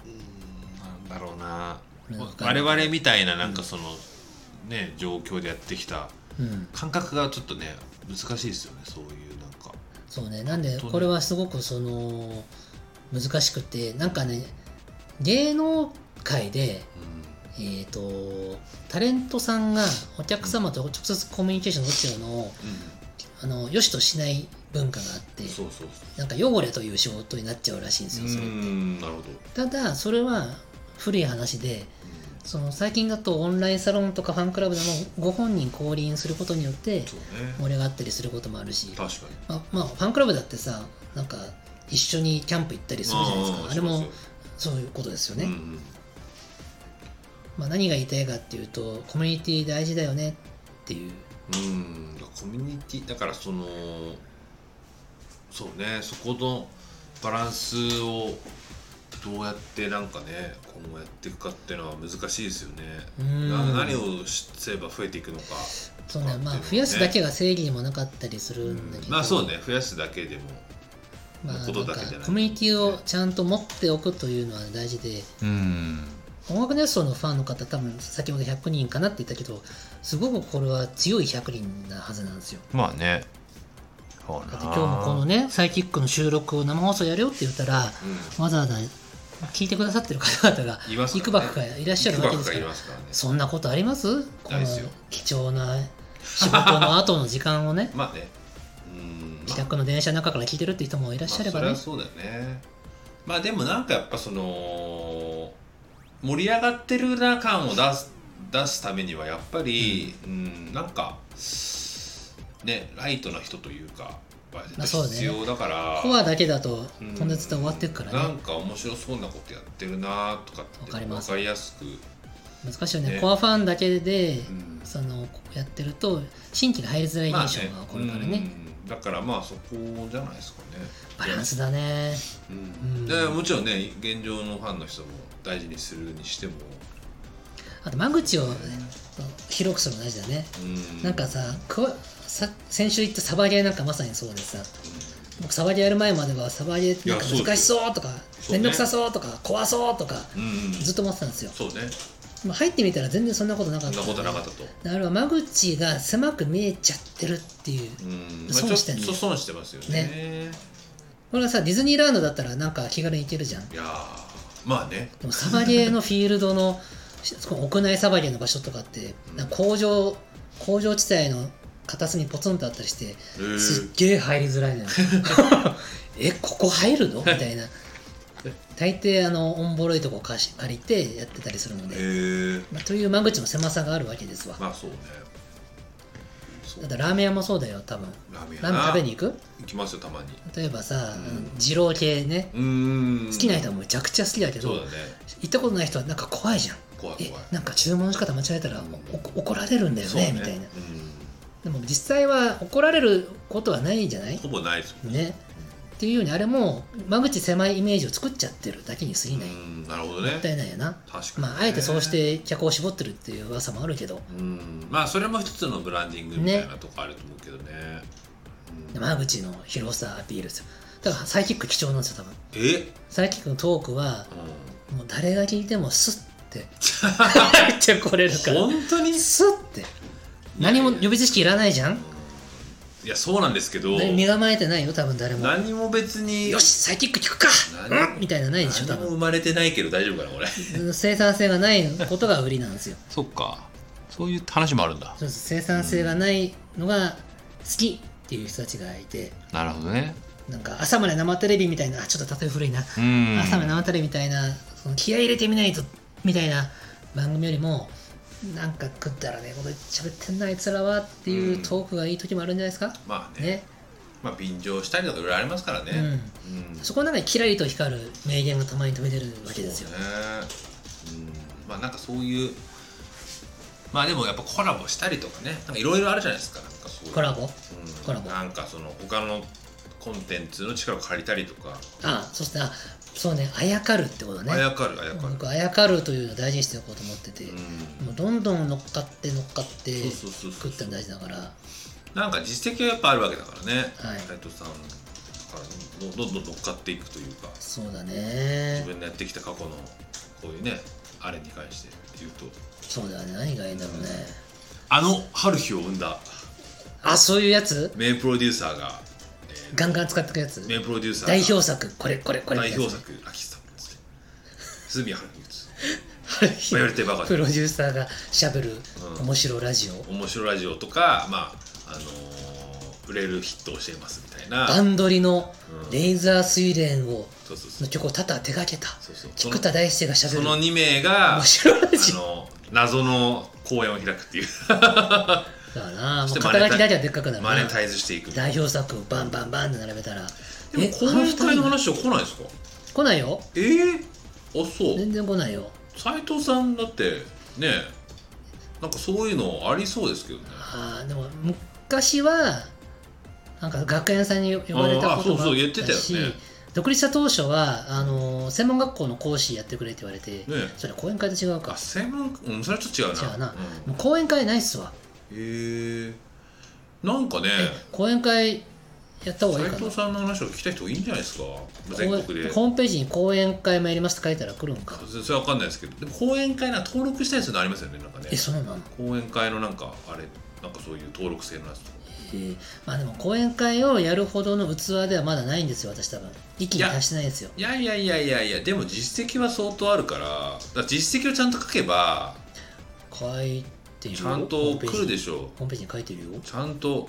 Speaker 2: うんなんだろうな
Speaker 1: 難しい
Speaker 2: 我々みたいななんかその、ね状況でやってきた
Speaker 1: うん、
Speaker 2: 感覚がちょっとね難しいですよねそういうなんか
Speaker 1: そうねなんで
Speaker 2: 本当ね
Speaker 1: これはすごくその難しくてなんかね芸能界で
Speaker 2: う
Speaker 1: えー、とタレントさんがお客様と直接コミュニケーションを取っちゃうのをあ
Speaker 2: ん、
Speaker 1: の良しとしない文化があって
Speaker 2: そうそうそう
Speaker 1: なんか汚れという仕事になっちゃうらしいんですよそれ
Speaker 2: う
Speaker 1: って
Speaker 2: んなるほど、
Speaker 1: ただそれは古い話でその最近だとオンラインサロンとかファンクラブでもご本人降臨することによって
Speaker 2: そうね
Speaker 1: 盛り上がったりすることもあるし
Speaker 2: 確かに
Speaker 1: ままあファンクラブだってさなんか一緒にキャンプ行ったりするじゃないですかあれもそういうことですよね、
Speaker 2: うんうん
Speaker 1: まあ、何が言いたいかっていうとコミュニティ大事だよねっていう
Speaker 2: うんコミュニティだからそのそうねそこのバランスをどうやってなんかね今後やっていくかっていうのは難しいですよね、
Speaker 1: うん
Speaker 2: な何をすれば増えていくのか、
Speaker 1: そうねまあ増やすだけが正義にもなかったりするんだけど、
Speaker 2: まあそうね増やすだけでも
Speaker 1: まあ、
Speaker 2: こ
Speaker 1: な
Speaker 2: と
Speaker 1: んか
Speaker 2: だけじゃない
Speaker 1: コミュニティをちゃんと持っておくというのは大事で
Speaker 3: うん
Speaker 1: 音楽熱奏のファンの方多分先ほど100人かなって言ったけどすごくこれは強い100人なはずなんですよ
Speaker 3: まあねそうな
Speaker 1: だって今日もこのねサイキックの収録を生放送やるよって言ったらわざわざ聞いてくださってる方々が
Speaker 2: います
Speaker 1: いくばくかいらっしゃるわけですか
Speaker 2: い
Speaker 1: ら
Speaker 2: ますからね
Speaker 1: そんなことありますこ
Speaker 2: な
Speaker 1: の
Speaker 2: いですよ
Speaker 1: 貴重な仕事の後の時間をね
Speaker 2: まあねうん
Speaker 1: 自宅の電車の中から聞いてるって人もいらっしゃれば
Speaker 2: ま
Speaker 1: ね
Speaker 2: あ、それはそうだよねまあでもなんかやっぱその盛り上がってるな感を出す出すためにはやっぱり、うんなんかねライトな人というかやっぱ
Speaker 1: まあそうね
Speaker 2: 必要だから、
Speaker 1: コアだけだと
Speaker 2: うん
Speaker 1: とんでつって終わってくから
Speaker 2: な
Speaker 1: ね
Speaker 2: んか面白そうなことやってるなとかって
Speaker 1: わかり
Speaker 2: わ
Speaker 1: ます
Speaker 2: かりやすく、
Speaker 1: 難しいよね
Speaker 2: ね
Speaker 1: コアファンだけで
Speaker 2: うん
Speaker 1: そのやってると新規が入りづらい
Speaker 2: まあね
Speaker 1: 現象が起こるからね
Speaker 2: うんだからまあそこじゃないですかね
Speaker 1: バランスだね
Speaker 2: うんでもちろんね現状のファンの人も大事にするにしても、
Speaker 1: あと間口をね広くするの大事だね
Speaker 2: うん
Speaker 1: なんかさクワさ先週言ったサバゲーなんかまさにそうでさ僕サバゲーやる前まではサバゲーってなんか
Speaker 2: いやそう
Speaker 1: 難し
Speaker 2: です
Speaker 1: そうとか
Speaker 2: そう
Speaker 1: 面
Speaker 2: ね
Speaker 1: 倒くさそうとか怖そうとか
Speaker 2: うん
Speaker 1: ずっと思ってたんですよ
Speaker 2: そうね
Speaker 1: まあ入ってみたら全然そんなことなか
Speaker 2: そ
Speaker 1: っ
Speaker 2: ん
Speaker 1: た
Speaker 2: なことなかったと、
Speaker 1: あれは間口が狭く見えちゃってるっていう
Speaker 2: うん
Speaker 1: 損
Speaker 2: まあ
Speaker 1: してん
Speaker 2: ち
Speaker 1: ね
Speaker 2: ょっと損してますよね
Speaker 1: これはさディズニーランドだったらなんか気軽に行けるじゃん
Speaker 2: いやーまあね
Speaker 1: でもサバゲーのフィールドのしその屋内サバゲーの場所とかってなんか工場工場地帯の片隅にポツンとあったりして
Speaker 2: えー
Speaker 1: すっげえ入りづらいのよ えここ入るのみたいな大抵あのおんぼろいとこ貸し借りてやってたりするの
Speaker 2: え
Speaker 1: で、
Speaker 2: ー
Speaker 1: まあ、という間口の狭さがあるわけですわ
Speaker 2: まあそうねそう
Speaker 1: だってラーメン屋もそうだよ多分
Speaker 2: ラーメン
Speaker 1: ラーメン食べに
Speaker 2: 行
Speaker 1: 行く
Speaker 2: きますよたまに
Speaker 1: 例えばさ、
Speaker 2: うん
Speaker 1: 二郎系ね
Speaker 2: うん
Speaker 1: 好きな人はむちゃくちゃ好きだけど
Speaker 2: そうだね
Speaker 1: 行ったことない人はなんか怖いじゃん
Speaker 2: 怖い
Speaker 1: え
Speaker 2: 怖い
Speaker 1: なんか注文の仕方間違えたらおお怒られるんだよ
Speaker 2: そう
Speaker 1: ねみたいな
Speaker 2: う
Speaker 1: でも実際は怒られることはないんじゃない
Speaker 2: んほぼないですもん
Speaker 1: ねっていうようにあれも間口狭いイメージを作っちゃってるだけに過ぎ
Speaker 2: う
Speaker 1: ないも
Speaker 2: んなるほどね
Speaker 1: ったいないよな
Speaker 2: 確かにね、
Speaker 1: まああえてそうして客を絞ってるっていう噂もあるけど
Speaker 2: うんまあそれも一つのブランディングみたいなとこあると思うけどねうん
Speaker 1: 間口の広さアピールですよだからサイキック貴重なんですよ多分
Speaker 2: え、
Speaker 1: サイキックのトークは
Speaker 2: う
Speaker 1: もう誰が聞いてもスッて入ってこれるか
Speaker 2: ん、
Speaker 1: ら
Speaker 2: 本当に
Speaker 1: スッて何も予備知識いらないじゃん
Speaker 2: いやそうなんですけど
Speaker 1: 何身構えてないよ多分誰も
Speaker 2: 何も別に
Speaker 1: よしサイキック聞くか
Speaker 2: 何
Speaker 1: うんみたいなのないでしょ多
Speaker 2: 何も
Speaker 1: 分
Speaker 2: 生まれてないけど大丈夫かなこれ
Speaker 1: 生産性がないことが売りなんですよ
Speaker 3: そっかそういう話もあるんだ
Speaker 1: そうです生産性がないのが好きっていう人たちがいて
Speaker 3: なるほどね
Speaker 1: なんか朝まで生テレビみたいなあちょっと例え古いな、
Speaker 3: うん
Speaker 1: 朝まで生テレビみたいなその気合い入れてみないとみたいな番組よりもなんか食ったらねえこと喋ってんなあいつらはっていうトークがいい時もあるんじゃないですか、
Speaker 2: まあね
Speaker 1: ね、
Speaker 2: まあ便乗したりとかいろいろありますからねうん
Speaker 1: そこの中にキラリと光る名言がたまに飛び出るわけですよ、
Speaker 2: そうねうんまあなんかそういうまあでもやっぱコラボしたりとかねなんかいろいろあるじゃないですかなんかそういう
Speaker 1: コラボ
Speaker 2: うん
Speaker 1: コラボ
Speaker 2: なんかその他のコンテンツの力を借りたりとか、
Speaker 1: あそしてあそうねあやかるってことね
Speaker 2: あやかるあやかる、
Speaker 1: 僕あやかるというのを大事にしておこうと思ってて、
Speaker 2: うん
Speaker 1: もうどんどん乗っかって乗っかって
Speaker 2: そうそうそうそ
Speaker 1: 食
Speaker 2: う
Speaker 1: っての大事だからは
Speaker 2: なんか実績はやっぱあるわけだからね
Speaker 1: い
Speaker 2: 斉藤さんからのどんどん乗っかっていくというか
Speaker 1: そうだ
Speaker 2: 自
Speaker 1: ね
Speaker 2: 分のやってきた過去のこういうねあれに関して言うと
Speaker 1: そうだね何がいいんだろうね
Speaker 2: あの春日を生んだ
Speaker 1: あそういうやつ
Speaker 2: 名プロデューサーが、えー
Speaker 1: ガンガン使ってくやつ
Speaker 2: 名プロデューサーが
Speaker 1: 代表作これこれこれ
Speaker 2: 代表作「秋さん」ですね鈴宮春日です
Speaker 1: 春日
Speaker 2: まあ言われてばかり
Speaker 1: プロデューサーがしゃべる
Speaker 2: うん
Speaker 1: 面白ラジオ、
Speaker 2: 面白ラジオとかまああのー売れるヒットをしていますみたいな
Speaker 1: バンドリの
Speaker 2: うん
Speaker 1: レイザー水蓮を
Speaker 2: そうそうそ
Speaker 1: の
Speaker 2: う
Speaker 1: 曲を多々手掛けた
Speaker 2: そうそう
Speaker 1: 菊田大輔がしゃべ
Speaker 2: そ
Speaker 1: る
Speaker 2: の
Speaker 1: 面
Speaker 2: 2名があ
Speaker 1: 白ラジオ
Speaker 2: の謎の公演を開くっていう
Speaker 1: だなも
Speaker 2: そうして
Speaker 1: 肩書きだけはでっかくなる
Speaker 2: マネ
Speaker 1: な
Speaker 2: タイズしていく
Speaker 1: 代表作をバンバンバンって並べたら
Speaker 2: でも
Speaker 1: え
Speaker 2: 公演会の
Speaker 1: あの二人
Speaker 2: 話は来ないですか
Speaker 1: 来ないよ
Speaker 2: えー、あそう
Speaker 1: 全然来ないよ
Speaker 2: 斎藤さんだってねなんかそういうのありそうですけどね
Speaker 1: あーでも昔はなんか学園さんに呼ばれたこともあ
Speaker 2: あーあそうそう言
Speaker 1: っ
Speaker 2: って
Speaker 1: た
Speaker 2: たよ
Speaker 1: し
Speaker 2: ね
Speaker 1: 独立した当初はあの専門学校の講師やってくれって言われて、
Speaker 2: え
Speaker 1: それ講演会と違うか
Speaker 2: あ専門うんそれはちょっと違うな
Speaker 1: 違うな
Speaker 2: うん
Speaker 1: もう講演会ないっすわ
Speaker 2: へえなんかね
Speaker 1: 講演会やった方がいい
Speaker 2: 斉
Speaker 1: かな
Speaker 2: 藤さんの話を聞きたい人いいんじゃないですか全国で
Speaker 1: ホームページに講演会もやりますって書いたら来るんか
Speaker 2: それは分かんないですけどでも講演会な登録したやつのありますよねなんかね
Speaker 1: えそうなの、
Speaker 2: 講演会のなんかあれなんかそういう登録制のやつとか
Speaker 1: えーまあでも講演会をやるほどの器ではまだないんですよ私多分域に達してないんですよ
Speaker 2: いやいやいやいやいやでも実績は相当あるからだから実績をちゃんと書けば
Speaker 1: 書いてるよ
Speaker 2: ちゃん
Speaker 1: ホー
Speaker 2: と
Speaker 1: ムページ
Speaker 2: 来るでしょ
Speaker 1: ホームページに書いてるよ
Speaker 2: うちゃんと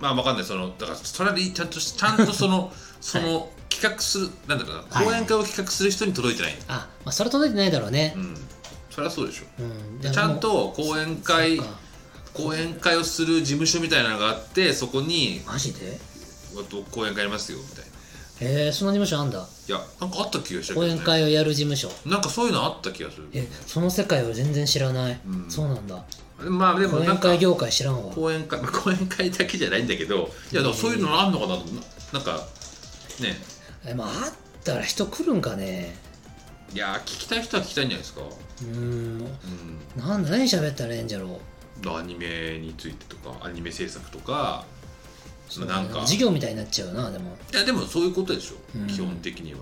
Speaker 2: まあ分かんないそのだからそれでいいちゃんとしちゃんと そのその、企画するなんだろうな
Speaker 1: はい
Speaker 2: 講演会を企画する人に届いてない、
Speaker 1: あ、まあ、それは届いてないだろうね
Speaker 2: う、んそりゃそうでしょ
Speaker 1: うん、
Speaker 2: でちゃんと講演会
Speaker 1: そうか
Speaker 2: 講演会をする事務所みたいなのがあってそこに
Speaker 1: マジで
Speaker 2: あと講演会やりますよみたいな
Speaker 1: えー、そんな事務所あんだ
Speaker 2: いやなんかあった気がしたけ
Speaker 1: 講
Speaker 2: ど、ね、
Speaker 1: 演会をやる事務所
Speaker 2: なんかそういうのあった気がするけど
Speaker 1: え
Speaker 2: ね
Speaker 1: その世界を全然知らない、
Speaker 2: うん
Speaker 1: そうなんだ
Speaker 2: まあでも
Speaker 1: 講
Speaker 2: な
Speaker 1: 演
Speaker 2: んか
Speaker 1: 会業界知らんわ
Speaker 2: 講演会まあ 講演会だけじゃないんだけどいやでもそういうのあんのかなとななんかね
Speaker 1: えまああったら人来るんかね
Speaker 2: いやー聞きたい人は聞きたいんじゃないですか、
Speaker 1: うーん
Speaker 2: うん、
Speaker 1: なんだ何喋ったらええんじゃろう
Speaker 2: アニメについてとかアニメ制作とか
Speaker 1: そ
Speaker 2: ま
Speaker 1: う
Speaker 2: あ
Speaker 1: だね
Speaker 2: なんか
Speaker 1: 授業みたいになっちゃうなでも
Speaker 2: いやでもそういうことでしょ、
Speaker 1: うん
Speaker 2: 基本的には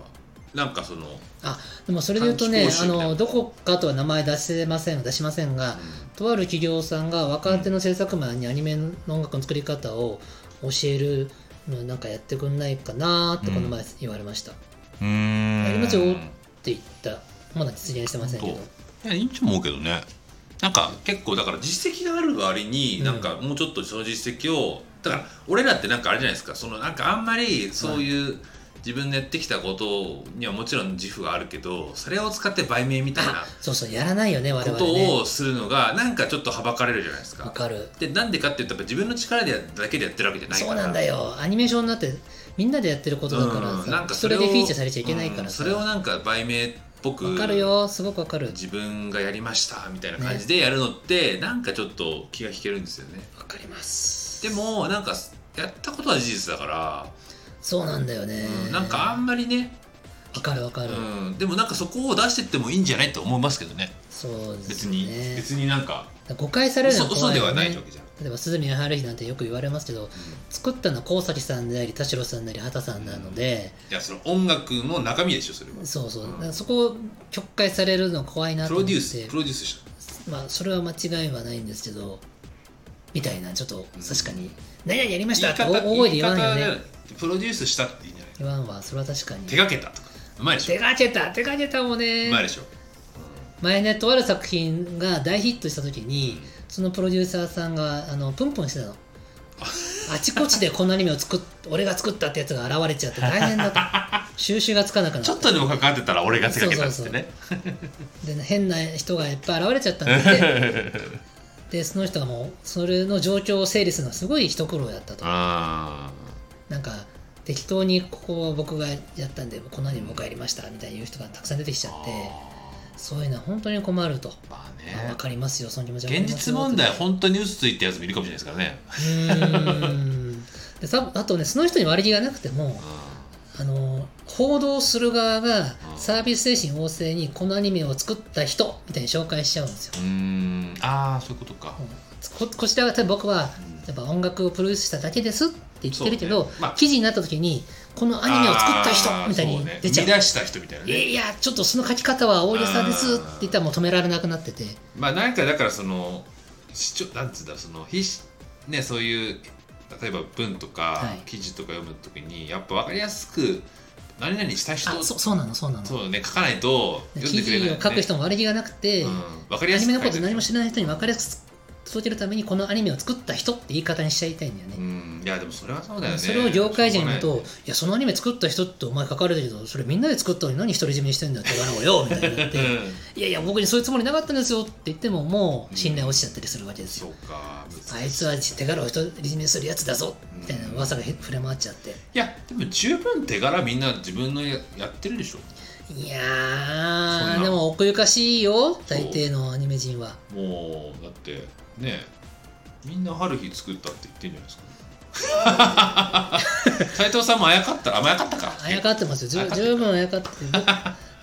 Speaker 2: なんかその、
Speaker 1: あでもそれで言うとね
Speaker 2: 短期講
Speaker 1: あ
Speaker 2: 習みたいな
Speaker 1: のどこかとは名前出せません出しませんが、とある企業さんが若手の制作マンにアニメの音楽の作り方を教えるのなんかやってくんないかなーってこの前言われました、って
Speaker 3: うん
Speaker 1: やりますよ言ったまだ実現してませんけど
Speaker 3: 本いやいいと思うけどねなんか
Speaker 2: 結構だから実績がある割に、
Speaker 1: うん
Speaker 2: なんかもうちょっとその実績をだから俺らってなんかあれじゃないですかそのなんかあんまりそういう自分でやってきたことにはもちろん自負があるけどそれを使って売名みたいな
Speaker 1: そうそうやらないよね我
Speaker 2: こ
Speaker 1: 々
Speaker 2: と
Speaker 1: ね
Speaker 2: をするのがなんかちょっとはばかれるじゃないです
Speaker 1: わ
Speaker 2: か。
Speaker 1: かる
Speaker 2: でなんでかっていうとやっぱ自分の力でやだけでやってるわけじゃないか
Speaker 1: そ
Speaker 2: ら
Speaker 1: うなんだよアニメーションだってみんなでやってることだから
Speaker 2: うんなん
Speaker 1: さ、
Speaker 2: か
Speaker 1: それでフィーチャーされちゃいけないから
Speaker 2: うん
Speaker 1: さ、
Speaker 2: それをなんか売名っぽく
Speaker 1: わかるよすごくわかる
Speaker 2: 自分がやりましたみたいな感じでやるのって、なんかちょっと気が引けるんですよね
Speaker 1: わかります
Speaker 2: でもなんかやったことは事実だから、
Speaker 1: そうなんだよね、
Speaker 2: うんなんかあんまりね、
Speaker 1: わかるわかる、
Speaker 2: うん、でもなんかそこを出してってもいいんじゃないと思いますけどね
Speaker 1: そうで
Speaker 2: 別
Speaker 1: す
Speaker 2: に、
Speaker 1: ね
Speaker 2: 別になんか
Speaker 1: 誤解されるのは
Speaker 2: 嘘嘘
Speaker 1: 怖い
Speaker 2: で
Speaker 1: よ
Speaker 2: はない
Speaker 1: ね
Speaker 2: わけじゃん、
Speaker 1: 例えば鈴宮春日なんてよく言われますけど
Speaker 2: うん
Speaker 1: 作ったのは高崎さんであり田代さんであり畑さんなので、
Speaker 2: いやその音楽の中身でしょそれは
Speaker 1: そうそう、
Speaker 2: うん
Speaker 1: だからそこを曲解されるのは怖いな
Speaker 2: プ
Speaker 1: と思
Speaker 2: ロ
Speaker 1: っ
Speaker 2: デ
Speaker 1: て
Speaker 2: ュースプロデュースした
Speaker 1: まあそれは間違いはないんですけどみたいなちょっと確かに「何々やりました」って大
Speaker 2: 言い
Speaker 1: 声で言わん
Speaker 2: 方
Speaker 1: よ
Speaker 2: じゃ
Speaker 1: ね
Speaker 2: ないプロデュースしたっていいんじゃない
Speaker 1: 言わんわそれは確かに
Speaker 2: 手がけたとかうまいでしょ
Speaker 1: 手がけた手がけたも
Speaker 2: う
Speaker 1: ね
Speaker 2: まいでしょ
Speaker 1: 前ねとある作品が大ヒットした時に、
Speaker 2: うん
Speaker 1: そのプロデューサーさんがあのプンプンしてたのあちこちでこんなアニメを作っ 俺が作ったってやつが現れちゃって大変だと 収集がつかなくな
Speaker 3: ちょっとでも関わってたら俺が手がけたっつってね
Speaker 1: で変な人がいっぱい現れちゃったん ででその人がもうそれの状況を整理するのはすごい一苦労やったと
Speaker 3: あ
Speaker 1: なんか適当にここは僕がやったんでこんなに僕がやりましたみたいに言う人がたくさん出てきちゃってそういうのは本当に困ると、
Speaker 3: まあ
Speaker 1: あ分
Speaker 3: ね
Speaker 1: かりますよその気持ちはわか
Speaker 3: 現
Speaker 1: ります
Speaker 3: 実
Speaker 1: よ
Speaker 3: 問題本当に嘘ついたやつもいるかもしれないですからね
Speaker 1: うーんでさあとねその人に割りがなくてもあの報道する側がサービス精神旺盛にこのアニメを作った人みたいに紹介しちゃうんですよ
Speaker 3: うーんああそういうことか
Speaker 1: ここちらが多分僕は
Speaker 2: うん
Speaker 1: やっぱ音楽をプロデュースしただけですって言ってるけ
Speaker 2: そ
Speaker 1: ど、
Speaker 2: うねまあ
Speaker 1: 記事になった時にこのアニメを作った人
Speaker 2: あー
Speaker 1: みたいに
Speaker 2: そうね
Speaker 1: 出ちゃう
Speaker 2: 生み出した人みたいなね
Speaker 1: いやちょっとその書き方は大げさですって言ったらもう止められなくなってて
Speaker 2: まあなんかだからその視聴なんつうんだろうその非ねそういう例えば文とか
Speaker 1: はい
Speaker 2: 記事とか読むときにやっぱわかりやすく何々した人
Speaker 1: あそそうなのそうなの
Speaker 2: そうね書かないと読ん
Speaker 1: 記
Speaker 2: でくれない
Speaker 1: 事
Speaker 2: よ
Speaker 1: を書く
Speaker 2: ね
Speaker 1: 人も悪気がなくて、
Speaker 2: うんわかり
Speaker 1: ア
Speaker 2: や
Speaker 1: ニ
Speaker 2: す
Speaker 1: メ
Speaker 2: く
Speaker 1: のこと何も知
Speaker 2: な
Speaker 1: ら
Speaker 2: い
Speaker 1: ない人に分かりやすく届けるためにこのアニメを作った人って言い方にしちゃいたいんだよね、
Speaker 2: うんいやでもそれはそうだよね
Speaker 1: それを業界人に言う
Speaker 2: しょう
Speaker 1: と
Speaker 2: がない
Speaker 1: 「いやそのアニメ作った人ってお前書かれてるけどそれみんなで作ったのに何独り占めにしてんだよ」って言われよみたいになって
Speaker 2: うん
Speaker 1: いやいや僕にそういうつもりなかったんですよって言ってももう信頼落ちちゃったりするわけですよ、
Speaker 2: そうか
Speaker 1: あいつは手柄を独り占めするやつだぞみたいな噂が触れ回っちゃって
Speaker 2: いやでも十分手柄みんな自分のややってるでしょ
Speaker 1: いや
Speaker 2: そん
Speaker 1: ー
Speaker 2: な
Speaker 1: でも奥ゆかしいよ大抵のアニメ人は
Speaker 2: もうだってねみんな春日作ったって言ってんじゃないですか
Speaker 3: 斉藤さんもあやかったあまやかったか
Speaker 1: あやかってますよ
Speaker 3: あや
Speaker 1: 十
Speaker 3: かってる
Speaker 1: 十分あやか ってて僕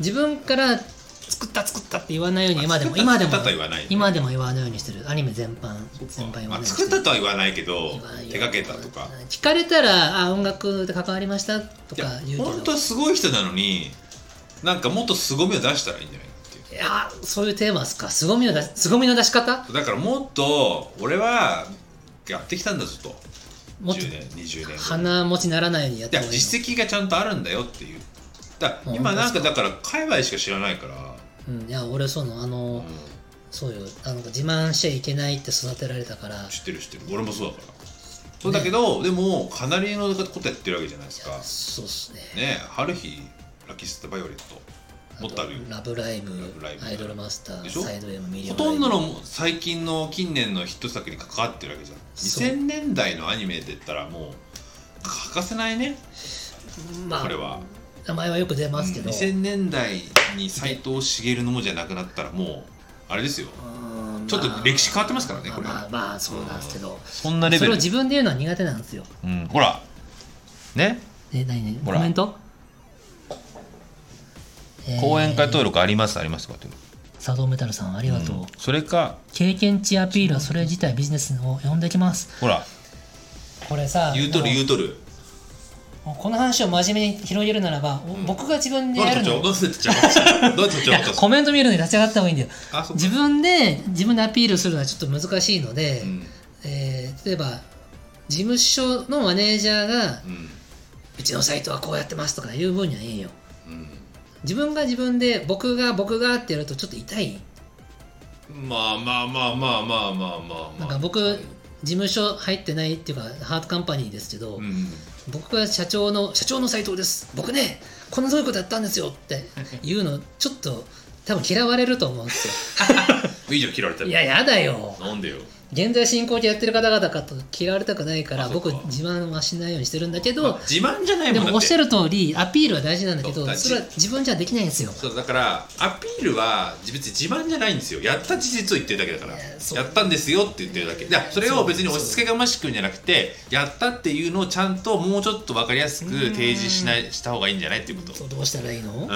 Speaker 1: 自分から作った作ったって言わないように今でも
Speaker 2: ま
Speaker 1: 今
Speaker 2: あ
Speaker 1: で
Speaker 2: 作っ
Speaker 1: も
Speaker 2: た作ったとは言わないね
Speaker 1: 今でも言わないようにしてるアニメ全般全般言わないよう
Speaker 2: まあ
Speaker 1: にして
Speaker 2: 作
Speaker 1: る
Speaker 2: ったとは言わないけど
Speaker 1: 言わないよ
Speaker 2: 手掛けたとか
Speaker 1: 聞かれたらあ音楽で関わりましたと
Speaker 2: いや
Speaker 1: か言うけど
Speaker 2: 本当はすごい人なのになんかもっと凄みを出したらいいんじゃないかっていう
Speaker 1: いやそういうテーマですか凄みの出し凄みの出し方
Speaker 2: だからもっと俺はやってきたんだぞと
Speaker 1: もっ
Speaker 2: 10
Speaker 1: と
Speaker 2: 年20年
Speaker 1: 鼻持ちならないようにやっ
Speaker 2: い
Speaker 1: た
Speaker 2: や
Speaker 1: 方がいい
Speaker 2: 実績がちゃんとあるんだよっていうだ
Speaker 1: うん
Speaker 2: 今なんかだから界隈しか知らないから、
Speaker 1: うん、いや俺そうのあ
Speaker 2: う
Speaker 1: の、
Speaker 2: ん
Speaker 1: そうよあの自慢しちゃいけないって育てられたから
Speaker 2: 知ってる知ってる俺もそうだからそうだけど、でもかなりのことやってるわけじゃないですか
Speaker 1: そうっすね
Speaker 2: ねえ春日ラキスタバイオレットもっとあるよ
Speaker 1: ラブライブ
Speaker 2: ラブライブ
Speaker 1: アイドルマスター
Speaker 2: でしょ
Speaker 1: サイド M ミリオ
Speaker 2: ほ
Speaker 1: ンライ
Speaker 2: と
Speaker 1: ブ
Speaker 2: んどの最近の近年のヒット作に関わってるわけじゃん
Speaker 1: そう
Speaker 2: 2000年代のアニメで言ったらもう欠かせないね
Speaker 1: まあ
Speaker 2: これは
Speaker 1: 名前はよく出ますけど、
Speaker 2: 2000年代に斎藤茂のもじゃなくなったらもうあれですよ
Speaker 1: うん
Speaker 2: ちょっと歴史変わってますからね
Speaker 1: まあ
Speaker 2: これは
Speaker 1: まあまあそうなんですけど
Speaker 2: そんな
Speaker 1: それを自分で言うのは苦手なんですよ
Speaker 2: うん、ほらね
Speaker 1: え何何
Speaker 2: ほ
Speaker 1: コ
Speaker 2: ら
Speaker 1: メント
Speaker 2: 講演会
Speaker 1: えー
Speaker 2: 登録ありますありますとかっていう
Speaker 1: 佐藤メタルさんありがとう、
Speaker 2: の、うんそれか
Speaker 1: 経験値アピールはそれ自体ビジネスを呼んできます
Speaker 2: ほら
Speaker 1: これさ
Speaker 2: 言うとる
Speaker 1: も
Speaker 2: 言うとる
Speaker 1: もうこの話を真面目に広げるならば、お
Speaker 2: うん
Speaker 1: 僕が自分で
Speaker 2: どうや
Speaker 1: や
Speaker 2: って
Speaker 1: る
Speaker 2: 立ち
Speaker 1: の
Speaker 2: 上がったどうやっ
Speaker 1: いや
Speaker 2: て立ち上がったどうやって立ち上がった
Speaker 1: コメント見るのに立ち上がった方がいいんだよ
Speaker 2: あそっか
Speaker 1: 自分で自分でアピールするのはちょっと難しいので、
Speaker 2: うん
Speaker 1: えー例えば事務所のマネージャーが
Speaker 2: うん
Speaker 1: 「うちのサイトはこうやってます」とか言う分にはいいよ
Speaker 2: うん
Speaker 1: 自分が自分で「僕が僕が」ってやるとちょっと痛い
Speaker 2: まあまあまあまあまあまあまあまあ
Speaker 1: なんか僕
Speaker 2: はい
Speaker 1: 事務所入ってないっていうかハートカンパニーですけど、
Speaker 2: うん
Speaker 1: 僕が社長の「社長の斎藤です僕ねこんなすごいことやったんですよ」って 言うのちょっと多分嫌われると思うんです
Speaker 2: 以上切られた
Speaker 1: よ
Speaker 2: よ
Speaker 1: いややだよ
Speaker 2: なんでよ
Speaker 1: 現在進行でやってる方々かと嫌われたくないから
Speaker 2: あそっ
Speaker 1: 僕
Speaker 2: か
Speaker 1: 自慢はしないようにしてるんだけ
Speaker 2: ま
Speaker 1: ど
Speaker 2: あ自慢じゃない
Speaker 1: で
Speaker 2: もん
Speaker 1: もおっしゃ
Speaker 2: る
Speaker 1: る通りアピールは大事なんだけ
Speaker 2: そう
Speaker 1: ど
Speaker 2: 大事
Speaker 1: それは自分じゃできないんですよ
Speaker 2: そうだからアピールは別に自慢じゃないんですよやった事実を言ってるだけだから
Speaker 1: いやそう
Speaker 2: やったんですよって言ってるだけいやそれを別に押し付けがましくんじゃなくてやったっていうのをちゃんともうちょっと分かりやすく提示しないした方がいいんじゃないっていうこと
Speaker 1: そうどうしたらいいの
Speaker 2: うん、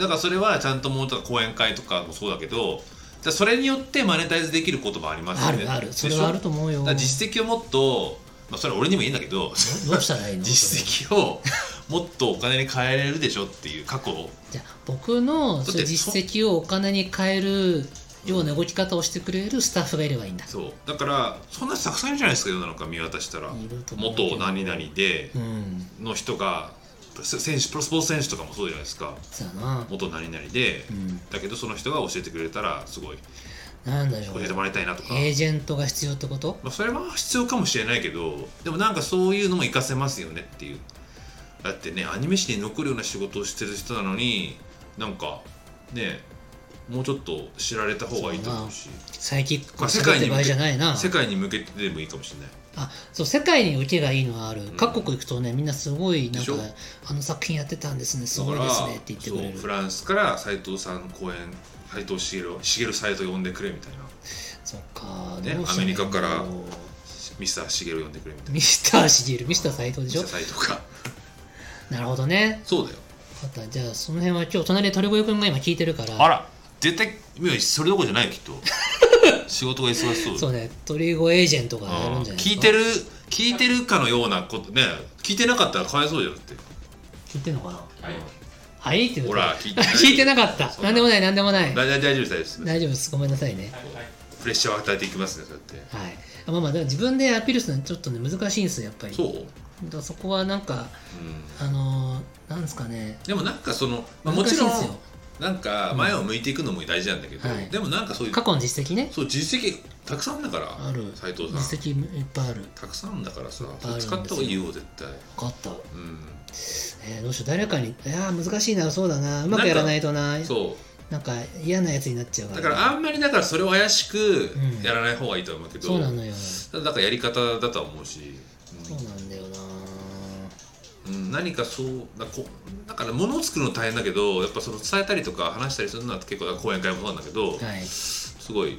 Speaker 2: だからそれはちゃんともうとか講演会とかもそうだけどじゃあそれによってマネタイズできることもあります
Speaker 1: あ
Speaker 2: よね
Speaker 1: るある
Speaker 2: でし
Speaker 1: そ
Speaker 2: ょ
Speaker 1: れはあると思うよ
Speaker 2: だから実績をもっと、まあ、それは俺にも言えんだけど
Speaker 1: どうしたらいいの
Speaker 2: 実績をもっとお金に変えれるでしょっていう過去を
Speaker 1: じゃあ僕の
Speaker 2: だって
Speaker 1: そういう実績をお金に変えるような動き方をしてくれるスタッフがいればいいんだ
Speaker 2: そうだからそんなたくさんいるじゃないですか世の中見渡したら
Speaker 1: いると思うけど
Speaker 2: 元何々で
Speaker 1: うん
Speaker 2: の人が選手プロスポーツ選手とかもそうじゃないですか
Speaker 1: そうやな
Speaker 2: 元何々で
Speaker 1: うん
Speaker 2: だけどその人が教えてくれたらすごい
Speaker 1: なんだろ
Speaker 2: 教
Speaker 1: う
Speaker 2: えてもらいたいなとか
Speaker 1: エージェントが必要ってこと
Speaker 2: まあ、それは必要かもしれないけどでもなんかそういうのも活かせますよねっていうだってねアニメ誌に残るような仕事をしてる人なのになんかねもうちょっと知られた方がいいと思うし
Speaker 1: サイキック
Speaker 2: まあ
Speaker 1: を
Speaker 2: 世
Speaker 1: す
Speaker 2: 界
Speaker 1: るって
Speaker 2: に
Speaker 1: 場
Speaker 2: 向け
Speaker 1: 合じゃないな
Speaker 2: 世界に向けてでもいいかもしれない
Speaker 1: あそう世界に受けがいいのはある、
Speaker 2: ん
Speaker 1: 各国行くとねみんなすごいなん
Speaker 2: でし
Speaker 1: か
Speaker 2: ょ
Speaker 1: あの作品やってたんですねす
Speaker 2: だ
Speaker 1: ごい
Speaker 2: か
Speaker 1: です
Speaker 2: ら
Speaker 1: ねって言ってく
Speaker 2: そ
Speaker 1: れ
Speaker 2: う
Speaker 1: る
Speaker 2: フランスから斎藤さんの講演斎藤茂を茂斎藤呼んでくれみたいな
Speaker 1: そっか
Speaker 2: ね
Speaker 1: どうしたらいいんだろう
Speaker 2: アメリカからミスター茂を呼んでくれみたいな
Speaker 1: ミスターシゲルミスター斎藤で
Speaker 2: ミ
Speaker 1: し
Speaker 2: ス
Speaker 1: ょ
Speaker 2: ター斎藤か
Speaker 1: なるほどね
Speaker 2: そうだよ
Speaker 1: またじゃあその辺は今日隣で鳥越くんが今聞いてるから
Speaker 3: あら絶対いやそれどころじゃないよきっ と仕事が忙しそうだ
Speaker 1: そうね鳥越エージェントがやるんじゃないですか
Speaker 2: 聞いてる聞いてるかのようなことね聞いてなかったらかわいそうじゃんって
Speaker 1: 聞いてんのかな
Speaker 2: はい
Speaker 1: はいって言うと
Speaker 2: ほら聞いて
Speaker 1: 聞いてなかった
Speaker 2: そうだ
Speaker 1: なんでもないなんでもない
Speaker 2: 大大大丈夫です大丈夫です
Speaker 1: 大丈夫ですごめんなさいね
Speaker 2: プレッシャーを与えていきますねそうやって
Speaker 1: はいあまあまあでも自分でアピールするのはちょっとね難しいんですよやっぱり
Speaker 2: そう、
Speaker 1: だからそこはなんか
Speaker 2: うん、
Speaker 1: あのー、なんですかね、
Speaker 2: でもなんかその、まあ、も
Speaker 1: 難し
Speaker 2: ち
Speaker 1: いん
Speaker 2: ろん
Speaker 1: ですよ
Speaker 2: なんか前を向いていくのも大事なんだけど、
Speaker 1: うんはい
Speaker 2: でもなんかそういう
Speaker 1: 過去の実績ね
Speaker 2: そう実績たくさんだから
Speaker 1: ある
Speaker 2: 斉藤さん
Speaker 1: 実績いっぱいある
Speaker 2: たくさんだからさ
Speaker 1: ぱいあるんですよ
Speaker 2: 使った方がいいよ絶対
Speaker 1: 分かった、
Speaker 2: うん
Speaker 1: えーどうしよう誰かにいやー難しいなそうだなうまくやらないとななんか
Speaker 2: そう
Speaker 1: 嫌なやつになっちゃうか
Speaker 2: だ
Speaker 1: ら
Speaker 2: からあんまりだからそれを怪しく
Speaker 1: うん
Speaker 2: やらない方がいいとは思うけど、
Speaker 1: そうなのよ
Speaker 2: ただだからやり方だとは思うし、
Speaker 1: そうなんだよな
Speaker 2: うん、何かそうだこだから物を作るの大変だけどやっぱその伝えたりとか話したりするのは結構講演会もそうなんだけど、
Speaker 1: はい
Speaker 2: すごいね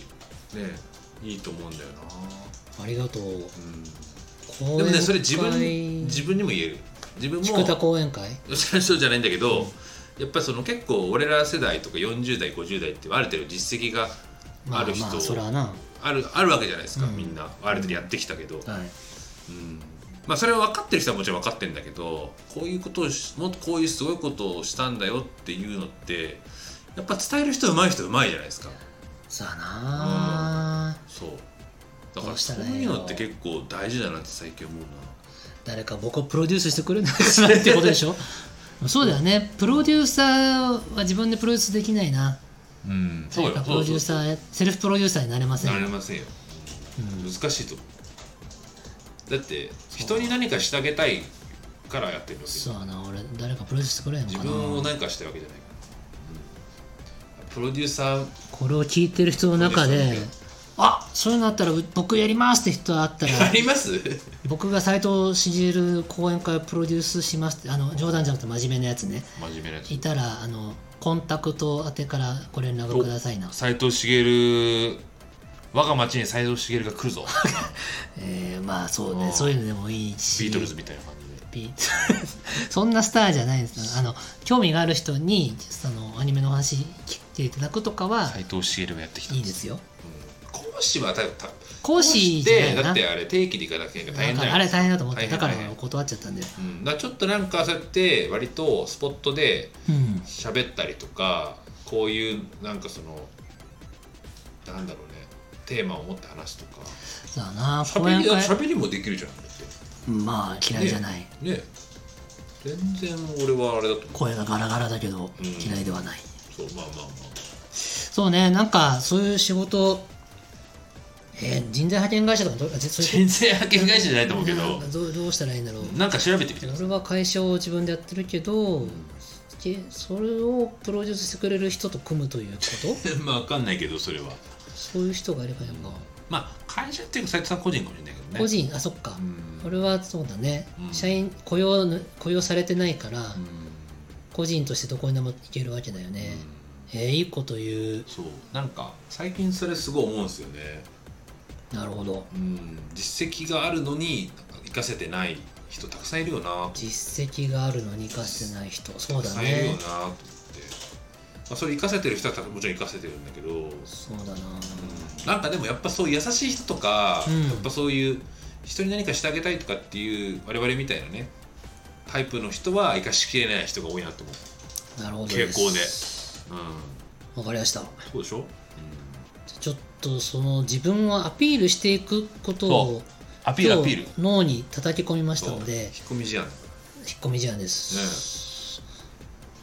Speaker 2: いいと思うんだよな、
Speaker 1: ありがとう
Speaker 2: うん、
Speaker 1: で
Speaker 2: でもねそれ自分に
Speaker 1: 自
Speaker 2: 自分にも言える自分も
Speaker 1: 菊田講演会
Speaker 2: 吉田そうじゃないんだけど、やっぱりその結構俺ら世代とか40代50代ってある程度実績がある人
Speaker 1: まあまあそれはなは
Speaker 2: あるあるわけじゃないですか、
Speaker 1: うん
Speaker 2: みんなある程度やってきたけど、
Speaker 1: い
Speaker 2: うんまあ、それは分かってる人はもちろん分かってるんだけどこういうことをしもっとこういうすごいことをしたんだよっていうのってやっぱ伝える人上手い人上手いじゃないですか
Speaker 1: さあなあ
Speaker 2: そうだか
Speaker 1: ど
Speaker 2: ら
Speaker 1: うした
Speaker 2: そう
Speaker 1: らいいの
Speaker 2: いうのって結構大事だなって最近思うな
Speaker 1: 誰か僕をプロデュースしてくれないかなってことでし ょそうだよねプロデューサーは自分でプロデュースできないな
Speaker 2: うんそう
Speaker 1: 誰
Speaker 2: よ
Speaker 1: かプ
Speaker 2: そ
Speaker 1: ロ
Speaker 2: う
Speaker 1: デュ
Speaker 2: そ
Speaker 1: ー
Speaker 2: う
Speaker 1: サーセルフプロデューサーになれません
Speaker 2: なれませんよ
Speaker 1: うん
Speaker 2: 難しいと思うだって人に何かしてあげたいからやってるわけ
Speaker 1: そ
Speaker 2: よ
Speaker 1: うやな俺誰かプロデュースしてくれへんの
Speaker 2: 自
Speaker 1: か
Speaker 2: 分を
Speaker 1: な
Speaker 2: 何かしてるわけじゃないから、うんプロデューサー
Speaker 1: これを聞いてる人の中
Speaker 2: プロ
Speaker 1: で
Speaker 2: デューサ
Speaker 1: あそういうのあったらう僕やりますって人あった ら
Speaker 2: あります
Speaker 1: 僕が斎藤茂講演会をプロデュースしますってあの冗談じゃなくて真面目なやつね
Speaker 3: 真面目なやつ
Speaker 1: いたらあのコンタクト宛てからご連絡くださいな、
Speaker 3: 斎藤茂我が町に斎藤茂が来るぞ
Speaker 1: えー、まあそう
Speaker 3: う
Speaker 1: ね
Speaker 3: ん
Speaker 1: そういうのでもいいし
Speaker 3: ビートルズみたいな感じで
Speaker 1: ピそんなスターじゃ ないんですあの興味がある人にそのアニメの話聞いていただくとかは
Speaker 3: 斎藤茂がやってきた
Speaker 1: いいですよ
Speaker 2: 講師は多分多分
Speaker 1: 講師じゃな
Speaker 2: で
Speaker 1: いか
Speaker 2: だ
Speaker 1: な
Speaker 2: ってあれ定期で行かなきゃいけないから大変
Speaker 1: だ
Speaker 2: だ
Speaker 1: から
Speaker 2: よ
Speaker 1: あれ大変だと思って
Speaker 2: 大
Speaker 1: だ
Speaker 2: 変
Speaker 1: から
Speaker 2: 大変
Speaker 1: 断っちゃったんで
Speaker 2: うん、だからちょっとなんかそうやって割とスポットで
Speaker 1: うん
Speaker 2: 喋ったりとかこういうなんかそのなんだろうねテーマを持って話すとか
Speaker 1: そうだな講
Speaker 2: 喋
Speaker 1: 演
Speaker 2: り
Speaker 1: 会
Speaker 2: 喋りもできるじゃんだっ
Speaker 1: まあ嫌いじゃない、
Speaker 2: てね全然俺はあれだと思
Speaker 1: 声がガラガラだけど
Speaker 2: うん
Speaker 1: 嫌いではない、
Speaker 2: うそうまあまあま
Speaker 1: そうねなんかそういう仕事えー人材派遣会社とかどあそういう
Speaker 3: 全然派遣会社じゃないと思うけど
Speaker 1: なんかどうどうしたらいいんだろう、
Speaker 3: なんか調べてみてくださ
Speaker 1: 俺は会社を自分でやってるけどけそれをプロデュースしてくれる人と組むというこ
Speaker 3: いまあ分かんないけどそれは
Speaker 1: とそういう人がいればやっぱ、
Speaker 3: まあ会社っていうか斎藤さん個人かもしれないけどね
Speaker 1: 個人あそっか、
Speaker 3: うん
Speaker 1: 俺はそうだね、
Speaker 3: うん
Speaker 1: 社員雇用の雇用されてないから、
Speaker 2: あうん
Speaker 1: 個人としてどこにでも行けるわけだよね、えーいいこと言う
Speaker 2: そうなんか最近それすごい思うんですよね
Speaker 1: なるほど
Speaker 2: うん実績があるのに生かせてない人たくさんいるよなと思って
Speaker 1: 実績があるのに活かせない人そうだ
Speaker 2: 使えるよ
Speaker 1: ね
Speaker 2: なと思って、まあ、それ活かせてる人は多分もちろん活かせてるんだけど、
Speaker 1: そうだな
Speaker 2: なんかでもやっぱそういう優しい人とか、
Speaker 1: うん
Speaker 2: やっぱそういう人に何かしてあげたいとかっていう我々みたいなねタイプの人は生かしきれない人が多いなと思う
Speaker 1: なるほど
Speaker 2: 傾向で
Speaker 1: わかりました
Speaker 2: うんそうでしょ、うん
Speaker 1: ちょっとその自分をアピールしていくことを
Speaker 3: アピールアピール
Speaker 1: 今日脳に叩き込みまし
Speaker 2: そう
Speaker 1: たので
Speaker 2: 引っ込み思案
Speaker 1: 引っ込み思案です、そ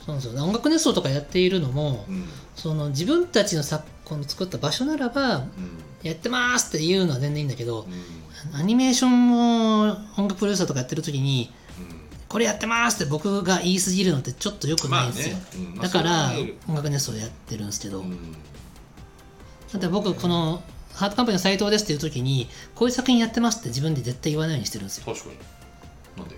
Speaker 1: うなんですよ音楽熱奏とかやっているのも、
Speaker 2: うん
Speaker 1: その自分たちの作この作った場所ならばやってますっていうのは全然いいんだけど
Speaker 2: うんうん
Speaker 1: アニメーションも音楽プロデューサーとかやってる時に
Speaker 2: うん
Speaker 1: これやってますって僕が言いすぎるのってちょっと良くないんですよ、
Speaker 2: うんま
Speaker 1: だ
Speaker 2: あ
Speaker 1: から
Speaker 2: それは
Speaker 1: 音楽熱奏やってるんですけど、
Speaker 2: うん
Speaker 1: だって僕このハートカンパニーの斎藤ですっていう時にこういう作品やってますって自分で絶対言わないようにしてるんですよ
Speaker 2: 確かになんで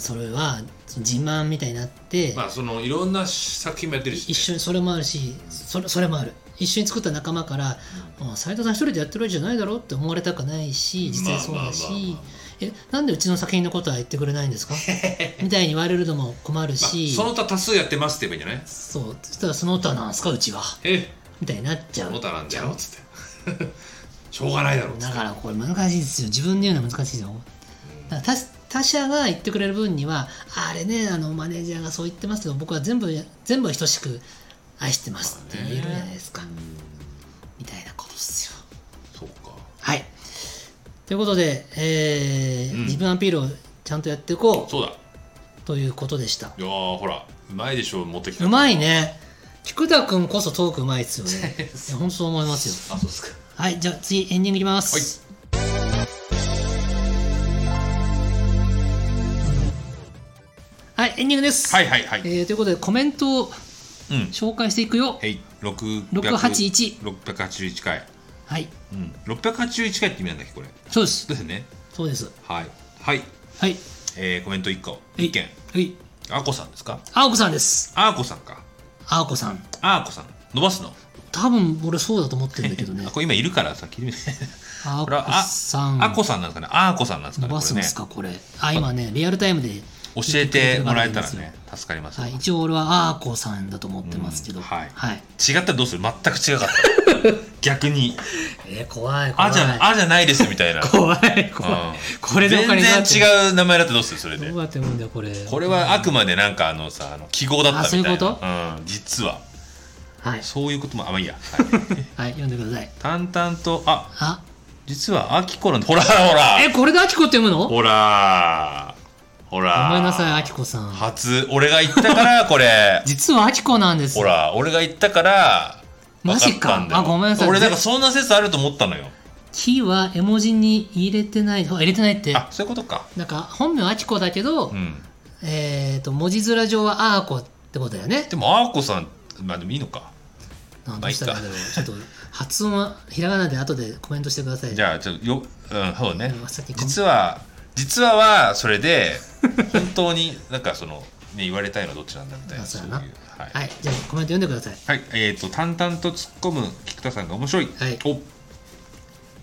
Speaker 1: それはその自慢みたいになって、
Speaker 2: まあそのいろんな作品もやってるし、ね、
Speaker 1: 一緒にそれもあるしそれそれもある一緒に作った仲間から「うん斎藤さん一人でやってるわけじゃないだろ?」って思われたくないし実際そうだ
Speaker 2: まあまあまあ
Speaker 1: し
Speaker 2: まあ
Speaker 1: 「えなんでうちの作品のことは言ってくれないんですか? 」みたいに言われるのも困る
Speaker 2: まあ
Speaker 1: し、
Speaker 2: その他多数やってますって言えばいいんじゃない
Speaker 1: そうそしたら「その他なんすかうちは
Speaker 2: え」
Speaker 1: みたいになっちゃ
Speaker 2: その
Speaker 1: う
Speaker 2: 他なんだよっつってしょうがないだろっつって
Speaker 1: だからこれ難しいですよ自分で言うのは難しいよだから他他者が言ってくれる分にはあれねあのマネージャーがそう言ってますけど僕は全部全部は等しく愛してますって言えるじゃないですか、みたいなことですよ
Speaker 2: そうか
Speaker 1: はいということで、え
Speaker 3: う
Speaker 1: ー
Speaker 3: ん
Speaker 1: 自分アピールをちゃんとやっていこ
Speaker 3: そうだ
Speaker 1: うということでした
Speaker 3: いやーほらうまいでしょ持ってきた
Speaker 1: うまいね菊田君こそトークうまいですよねいや本当そう思いますよ
Speaker 3: あそうですか
Speaker 1: はい、じゃあ次エンディングいきます。はい。エンディングです。
Speaker 3: はいはいはい
Speaker 1: えーということでコメント
Speaker 3: うん
Speaker 1: を紹介していくよ。
Speaker 3: はい6 8
Speaker 1: 681。
Speaker 3: 681回
Speaker 1: はい。
Speaker 3: うん681回って意味なんだっけこれ
Speaker 1: そうです。
Speaker 3: ですね
Speaker 1: そうです。
Speaker 3: はいはい
Speaker 1: はい。
Speaker 3: えー、コメント1個1件
Speaker 1: はい。
Speaker 3: あこさんですか
Speaker 1: あおこさんです。
Speaker 3: あこさんか
Speaker 1: あおこさん。
Speaker 3: あこさん伸ばすの
Speaker 1: 多分俺そうだと思ってるんだけどね
Speaker 2: あこれ今いるからさっき 見て
Speaker 1: あ
Speaker 2: これは
Speaker 1: こさん
Speaker 2: あこさんなんですかねあーこさんなんです
Speaker 1: 伸
Speaker 2: か
Speaker 1: ば
Speaker 2: ねこれ
Speaker 1: すんで
Speaker 2: ね
Speaker 1: すかこれあ今ねリアルタイムで、
Speaker 2: 教えてもらえたら
Speaker 1: 聞いてくれてる
Speaker 2: ね助かります、
Speaker 1: はい、
Speaker 2: 違
Speaker 1: 一応俺はあーこさんだと思ってますけど、
Speaker 2: うんはい
Speaker 1: はい、
Speaker 2: ったらどうする全く違かった 逆に
Speaker 1: えー、怖い怖い
Speaker 2: あじゃあじゃないですみたいな
Speaker 1: 怖い怖い、
Speaker 2: うん
Speaker 1: これでお金
Speaker 2: 全
Speaker 1: う
Speaker 2: 然違う名前だったらどうするそれで
Speaker 1: どうやって読むんだよこれ
Speaker 2: これはあくまでなんかあのさあの記号だったみたいな
Speaker 1: あそういうこ
Speaker 2: うん、実は
Speaker 1: はい、
Speaker 2: そういうこともあまあいいや、はい
Speaker 1: はい、読んでください
Speaker 2: 淡々とあ
Speaker 1: あ
Speaker 2: 実はアキコなんほらほら
Speaker 1: えこれであきこって読むの
Speaker 2: ほらほら
Speaker 1: ごめんなさいあきこさん
Speaker 2: 初俺が言ったからこれ
Speaker 1: 実はあきこなんです
Speaker 2: ほら俺が言ったから
Speaker 1: マ
Speaker 2: 分か
Speaker 1: ジ
Speaker 2: ったんだよ
Speaker 1: かあごめんなさい
Speaker 2: 俺なんかそんな説あると思ったのよ
Speaker 1: キーは絵文字に入れてないほら入れてないって
Speaker 2: あそういうことか
Speaker 1: なんか本名あきこだけど、
Speaker 2: うん
Speaker 1: えっ、と文字面上はあーこってことだよね
Speaker 2: でもあーこさんまあでもいいのか
Speaker 1: なんどうしたらいいんだろうちょっと発音はひらがなで後でコメントしてください
Speaker 2: じゃあちょっとよ、うん、そうね
Speaker 1: うん先にコメント
Speaker 2: 実は実ははそれで本当になんかその、ね、言われたいのはどっちなんだみ たいな
Speaker 1: あそうや
Speaker 2: いう
Speaker 1: な
Speaker 2: はい、
Speaker 1: はいじゃあコメント読んでください
Speaker 2: はいえー、と淡々と突っ込む菊田さんが面白い、
Speaker 1: はい
Speaker 2: お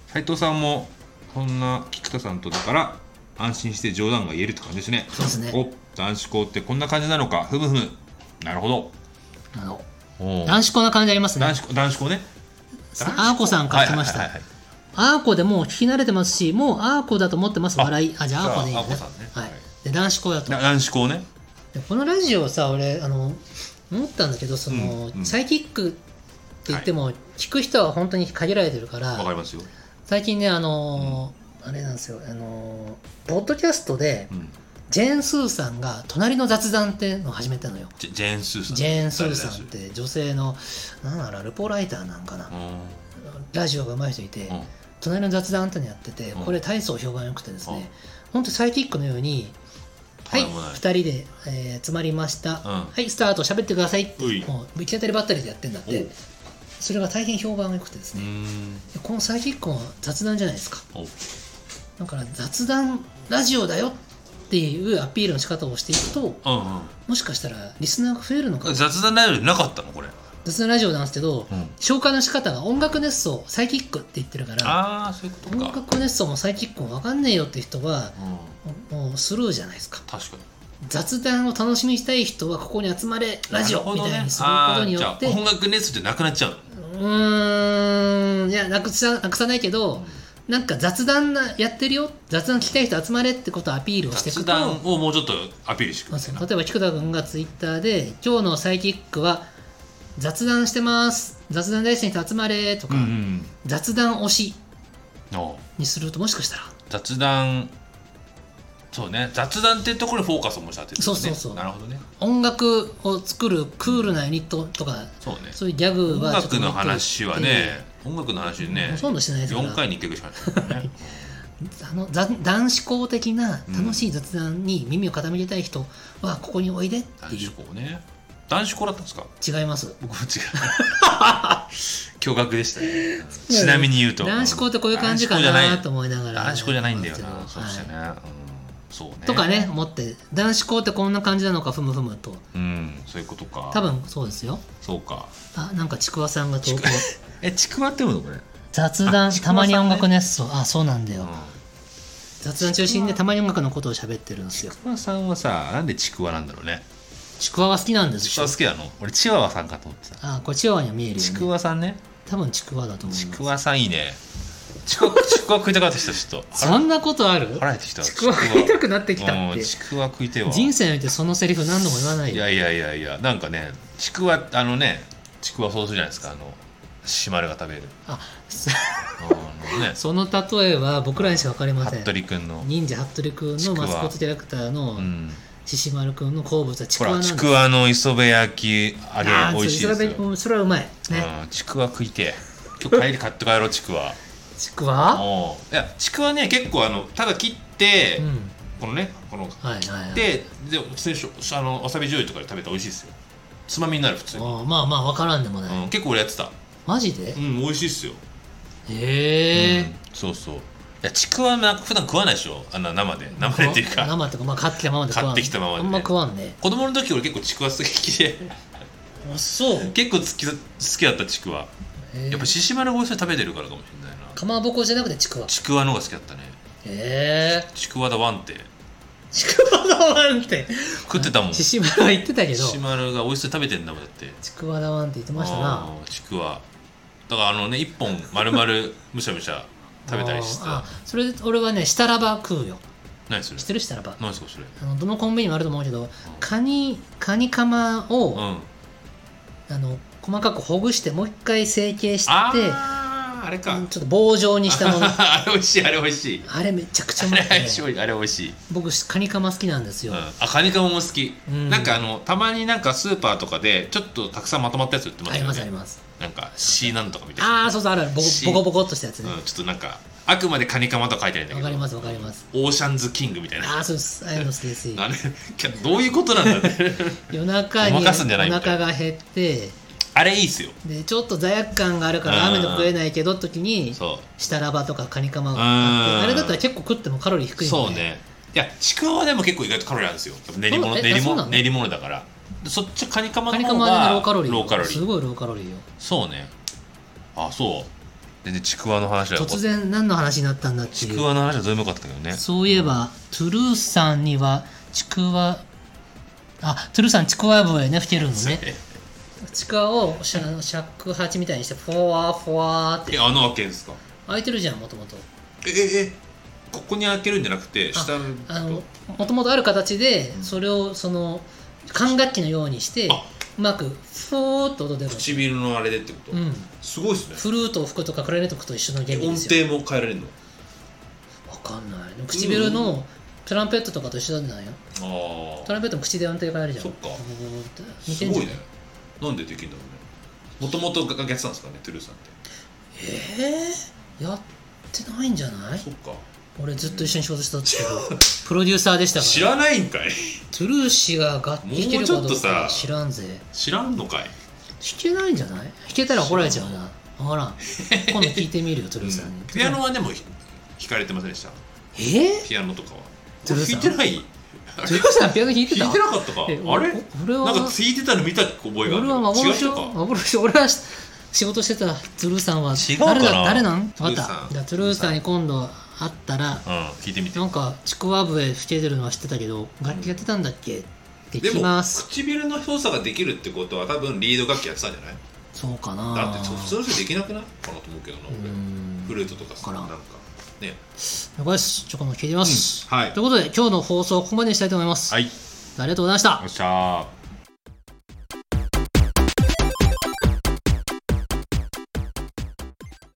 Speaker 2: 斉藤さんもそんな菊田さんとだから安心して冗談が言えるって感じですね
Speaker 1: そうですね
Speaker 2: お男子校ってこんな感じなのかふむふむなるほど
Speaker 1: あの
Speaker 2: おー
Speaker 1: 男子校な感じありますね
Speaker 2: 男子校男子校ね
Speaker 1: さあーこさんから来ました、
Speaker 2: はいはいはいはい
Speaker 1: あーこでもう聞き慣れてますしもうあーこだと思ってます
Speaker 2: あ
Speaker 1: 笑いあじゃああーこでいい
Speaker 2: じゃああーこ
Speaker 1: ね
Speaker 2: さんね
Speaker 1: は
Speaker 2: はいい
Speaker 1: で男子校だと
Speaker 2: な男子校ね
Speaker 1: でこのラジオさ俺あの思ったんだけどその、
Speaker 2: うんうん
Speaker 1: サイキックって言っても、聞く人は本当に限られてるから
Speaker 2: わかりますよ、
Speaker 1: 最近ねあのーあれなんですよあのーポッドキャストで
Speaker 2: うん、
Speaker 1: ジェーン・スーさんが「隣の雑談」ってのを始めたのよ
Speaker 2: ジェジェーン・スーさん
Speaker 1: ジェーン・スーさんって女性のなんだろうルポライターなんかな
Speaker 2: う、ん
Speaker 1: ラジオが上手い人いて、
Speaker 2: うん
Speaker 1: 隣の雑談ってのやってて
Speaker 2: うん
Speaker 1: これ大層評判良くてですね、ほんとサイキックのように「はい
Speaker 2: とんでもない
Speaker 1: 2人で、えー詰まりました、
Speaker 2: うん
Speaker 1: はいスタート喋ってください」って
Speaker 2: うい
Speaker 1: もう行き当たりばったりでやってんだって
Speaker 2: お
Speaker 1: それが大変評判が良くてです
Speaker 2: う
Speaker 1: ね、
Speaker 2: ん
Speaker 1: このサイキックは雑談じゃないですか
Speaker 2: お
Speaker 1: だから雑談ラジオだよっていうアピールの仕方をしていくと
Speaker 2: うん
Speaker 1: もしかしたらリスナーが増えるのか
Speaker 2: うん、
Speaker 1: も
Speaker 2: 雑談ライブなかったのこれ、
Speaker 1: 雑談ラジオなんですけど、
Speaker 2: うん、
Speaker 1: 紹介の仕方が音楽熱奏サイキックって言ってるから
Speaker 2: ああそういうこと
Speaker 1: 音
Speaker 2: か、
Speaker 1: 楽熱奏もサイキックも分かんねえよって人は
Speaker 2: うん、
Speaker 1: もうスルーじゃないですか
Speaker 2: 確かに
Speaker 1: 雑談を楽しみにしたい人はここに集まれラジオ
Speaker 2: なるほ
Speaker 1: み
Speaker 2: どね
Speaker 1: たいにすることによ
Speaker 2: あ
Speaker 1: っ
Speaker 2: ー
Speaker 1: て
Speaker 2: じゃあ音楽熱じゃなくなっちゃうの
Speaker 1: うーんいやなくさなくさないけど、なんか雑談なやってるよ雑談聞きたい人集まれってことをアピールをしていく
Speaker 2: 雑
Speaker 1: と
Speaker 2: 談をもうちょっとアピールしてく
Speaker 1: まあそ
Speaker 2: ださい
Speaker 1: の例えば菊田君がツイッターで「今日のサイキックは雑談してます雑談大好きな人集まれ」とか、
Speaker 2: うんうん
Speaker 1: 雑談推し
Speaker 2: の
Speaker 1: にするともしかしたら
Speaker 2: 雑談そうね雑談っていうところにフォーカスをもうちゃってる、ね、
Speaker 1: そうそうそう
Speaker 2: なるほどね
Speaker 1: 音楽を作るクールなユニットとか
Speaker 2: そうね
Speaker 1: そういうギャグ
Speaker 2: 音
Speaker 1: はちょっと
Speaker 2: 楽の話はね音楽の話ね
Speaker 1: ほとんどしてないですから
Speaker 2: 4回に1回ぐらいしかない、ね、
Speaker 1: あのざ男子校的な
Speaker 2: うん
Speaker 1: 楽しい雑談に耳を傾けたい人はここにおいでって
Speaker 2: 男
Speaker 1: い
Speaker 2: 子
Speaker 1: う
Speaker 2: 校ね男子校だったんですか
Speaker 1: 違います
Speaker 2: 僕も 違う驚愕でしたねちなみに言うと
Speaker 1: 男子校ってこういう感じか
Speaker 2: 男子校じゃ
Speaker 1: ないと思いながら
Speaker 2: 男子校じゃないんだよ
Speaker 1: は
Speaker 2: なそうしたね、うんそうね
Speaker 1: とかね思って男子校ってこんな感じなのかふむふむと
Speaker 2: うんそういうことか
Speaker 1: 多分そうですよ
Speaker 2: そうか
Speaker 1: あなんかちくわさんが投稿
Speaker 2: えちくわって読むのこれ、
Speaker 1: 雑談
Speaker 2: あちくわさ
Speaker 1: た
Speaker 2: んね
Speaker 1: まに音楽熱奏あそうなんだよ、
Speaker 2: う
Speaker 1: 雑談中心でたまに音楽のことを喋ってるんですよ
Speaker 2: ん、ちくわさんはさなんでちくわなんだろうね
Speaker 1: ちくわが好きなんです
Speaker 2: ちく
Speaker 1: よ
Speaker 2: わ好きなの俺チワワさんかと思ってた
Speaker 1: あこっち側には見えるよ、ね、
Speaker 2: ちくわさんね
Speaker 1: 多分ちくわだと思い
Speaker 2: ち
Speaker 1: ます
Speaker 2: くわさんいいねちくわ ちくわ食いたかった人ちょっと
Speaker 1: そんなことある
Speaker 2: 腹減ってきた
Speaker 1: ちくわ食いたくなってきたっ
Speaker 2: うん
Speaker 1: て
Speaker 2: ちくわ食いてえわ
Speaker 1: 人生においてそのセリフ何度も言わない
Speaker 2: い
Speaker 1: よ
Speaker 2: やいやいやいやなんかねちくわあのねちくわそうするじゃないですかあのシマルが食べる
Speaker 1: あそ
Speaker 2: あのね
Speaker 1: その例えは僕らにしか分かりません
Speaker 2: 服部君の、
Speaker 1: 忍者服部君
Speaker 2: ち
Speaker 1: の
Speaker 2: くわ
Speaker 1: マスコットキャラクターの
Speaker 2: うん、
Speaker 1: 獅子丸君の好物はちく
Speaker 2: ほ
Speaker 1: わな
Speaker 2: ら
Speaker 1: んです
Speaker 2: ちくわの磯辺焼き揚げ
Speaker 1: あー
Speaker 2: 美味しいですよ
Speaker 1: それそれはそれはうまいね、
Speaker 2: うん、ちくわ食いてえ今日帰り買って帰ろうちくわ
Speaker 1: ちくわ
Speaker 2: おういやちくわね結構あのただ切って、
Speaker 1: うん
Speaker 2: このねこの
Speaker 1: はいはいはい
Speaker 2: でで普通にしょあのわさび醤油とかで食べたら美味しいですよつまみになる普通に、
Speaker 1: あーまあまあ分からんでもない、
Speaker 2: うん、結構俺やってた
Speaker 1: マジで
Speaker 2: うん美味しいっすよ
Speaker 1: へえ、
Speaker 2: うんそうそういやちくわなんか普段食わないでしょあんな生で生でっていうか
Speaker 1: 生っていうかまあ買ってきたままで食わん
Speaker 2: 買ってきたままで
Speaker 1: あんま食わんね
Speaker 2: 子供の時俺結構ちくわ好きで
Speaker 1: あそう
Speaker 3: 結構好き好きだったちくわ
Speaker 1: へえ
Speaker 3: やっぱ獅子丸ご一緒に食べてるからかもしれないな
Speaker 1: かまぼこじゃなくてちくわ
Speaker 3: ちくわの方が好きだったね
Speaker 1: へえ
Speaker 3: ちくわだワンって
Speaker 1: ちくわだわんって
Speaker 3: 食ってたもん
Speaker 1: 獅
Speaker 3: 獅
Speaker 1: 子丸は言ってたけど
Speaker 3: 子丸がおいしそうに食べてんだもんだって
Speaker 1: ちくわだわんって言ってましたな
Speaker 3: あーちくわだからあのね一本丸々むしゃむしゃ食べたりして
Speaker 1: あーあ
Speaker 3: た
Speaker 1: それで俺はねしたらば食うよ
Speaker 3: 何それ
Speaker 1: 知ってるしたらば
Speaker 3: 何すかそれ
Speaker 1: あのどのコンビニもあると思うけどカニカニカマを、
Speaker 3: うん
Speaker 1: あの細かくほぐしてもう一回成形して
Speaker 3: あーあれか
Speaker 1: うんちょっと棒状にした もの
Speaker 3: あれ美味しいあれ美味しい
Speaker 1: あれめちゃくちゃう
Speaker 3: あ
Speaker 1: ま
Speaker 3: れ
Speaker 1: くて
Speaker 3: 美味しいあれ美味しい、
Speaker 1: 僕カニカマ好きなんです
Speaker 3: う
Speaker 1: よ、
Speaker 3: ん、あカニカマも好き、
Speaker 1: うん
Speaker 3: なんかあのたまになんかスーパーとかでちょっとたくさんまとまったやつ売ってま
Speaker 1: あ
Speaker 3: す
Speaker 1: り
Speaker 3: よ
Speaker 1: ますあり
Speaker 3: ね
Speaker 1: ます
Speaker 3: なんか C なんとかみたいな
Speaker 1: ああそうそうあるあるボコ
Speaker 3: し
Speaker 1: ボコボコっとしたやつね
Speaker 3: うん、ちょっとなんかあくまでカニカマとは書いてないんだ
Speaker 1: わ
Speaker 3: け
Speaker 1: かり
Speaker 3: ど
Speaker 1: ますわかります
Speaker 3: オーシャンズキングみたい
Speaker 1: あ
Speaker 3: な
Speaker 1: あそうですああいうの好きです
Speaker 3: あれキャどういうことなん だって
Speaker 1: 夜中に
Speaker 3: ご
Speaker 1: お
Speaker 3: まかすんじゃないみたいな
Speaker 1: 腹が減って
Speaker 3: あれいいっすよ
Speaker 1: でちょっと罪悪感があるか
Speaker 3: うん
Speaker 1: ら雨でも食えないけど時に
Speaker 3: そ
Speaker 1: したらばとかカニカマを買
Speaker 3: うん
Speaker 1: ってあれだったら結構食ってもカロリー低
Speaker 3: う
Speaker 1: いんで
Speaker 3: そうねいやちくわはでも結構意外とカロリーあるんですよやっぱ練り物
Speaker 1: そうえ
Speaker 3: 練り
Speaker 1: あそうな
Speaker 3: 物
Speaker 1: の
Speaker 3: 練り物だからそっちカニカマ
Speaker 1: カ
Speaker 3: の
Speaker 1: ニカ
Speaker 3: 方
Speaker 1: マは
Speaker 3: が
Speaker 1: ねローカロリー
Speaker 3: ローカロリ
Speaker 1: す
Speaker 3: ー
Speaker 1: ごいローカロリーよ
Speaker 3: そうねあそう全然ちくわの話は
Speaker 1: 突然何の話になったんだって
Speaker 3: ち
Speaker 1: い
Speaker 3: く
Speaker 1: う
Speaker 3: わの話はどうでもよかったけどね
Speaker 1: そういえばトゥルーさんにはちくわあトゥルーさんちくわ笛ね吹けるのねちくわをしゃあの尺八みたいにしてフォワーフォワーって
Speaker 2: え穴開けんすか
Speaker 1: 開いてるじゃんもともと
Speaker 2: えええここに開けるんじゃなくて
Speaker 1: あ
Speaker 2: 下の
Speaker 1: あのもともとある形でそれをその管楽器のようにして
Speaker 2: あ
Speaker 1: うまくフォーっと音出るの
Speaker 2: 唇のあれでってこと、
Speaker 1: うん
Speaker 2: すごいっすね
Speaker 1: フルートを吹くとかクラリネットを吹くと一緒の原理
Speaker 2: 音
Speaker 1: ですよ
Speaker 2: 程も変えられるの
Speaker 1: わかんない唇のトランペットとかと一緒なんよ
Speaker 2: あ
Speaker 1: トランペットも口で音程変えるじゃん
Speaker 2: そっか
Speaker 1: ブブブブって
Speaker 2: あ
Speaker 1: 似て
Speaker 2: す
Speaker 1: んじ
Speaker 2: ご
Speaker 1: ゃ
Speaker 2: い
Speaker 1: ん
Speaker 2: ねなんでできるんだろうねもともと楽器やってたんですかねトゥルーさんって
Speaker 1: えー、やってないんじゃない
Speaker 2: そっか
Speaker 1: 俺ずっと一緒に仕事してたんですけどプロデューサーでした
Speaker 2: 知
Speaker 1: から
Speaker 2: らないんかい
Speaker 1: トゥルー氏が楽器弾けるかどうかは知らんぜ弾
Speaker 2: 知らんのかい
Speaker 1: けないんじゃない弾けたら怒られちゃうな分からん 今度聞いてみるよトゥルーさんに、
Speaker 2: ピアノはでもひ弾かれてませんでした
Speaker 1: えー、
Speaker 2: ピアノとかは
Speaker 1: トゥル
Speaker 2: 弾
Speaker 1: ーさん
Speaker 2: いてない
Speaker 1: トゥルーさんピアノ弾いてた
Speaker 2: 弾いてなかったか
Speaker 1: え
Speaker 2: あれ
Speaker 1: 俺は
Speaker 2: なんか弾いてたの見た覚えがあ
Speaker 1: 俺
Speaker 2: る
Speaker 1: は幻
Speaker 2: 違う
Speaker 1: よ
Speaker 2: 人か
Speaker 1: 幻俺は仕事してたトゥルーさんは
Speaker 3: 違うかな
Speaker 1: 誰だ誰なん
Speaker 2: ト
Speaker 1: 分
Speaker 2: ゥ
Speaker 1: かっ
Speaker 2: ルー
Speaker 1: た
Speaker 2: さん
Speaker 1: じゃあトゥルーさんに今度会ったら
Speaker 3: うん聞いてみて
Speaker 1: なんかちくわ笛吹けてるのは知ってたけど楽器やってたんだっけって
Speaker 2: で
Speaker 1: 聞き
Speaker 2: も
Speaker 1: ます
Speaker 2: 唇の操作ができるってことは多分リード楽器やってたんじゃない
Speaker 1: そうかな
Speaker 2: だって普通の人できなくないかなと思うけどな
Speaker 1: うー
Speaker 2: 俺
Speaker 1: ん
Speaker 2: フルートとかさ
Speaker 1: わ
Speaker 2: な
Speaker 1: か
Speaker 2: ん
Speaker 1: らん
Speaker 2: かね
Speaker 1: 了解ですちょこの切ります、
Speaker 2: はい
Speaker 1: ということで今日の放送はここまでにしたいと思います、
Speaker 3: はい
Speaker 1: ありがとうございました
Speaker 3: よっしゃー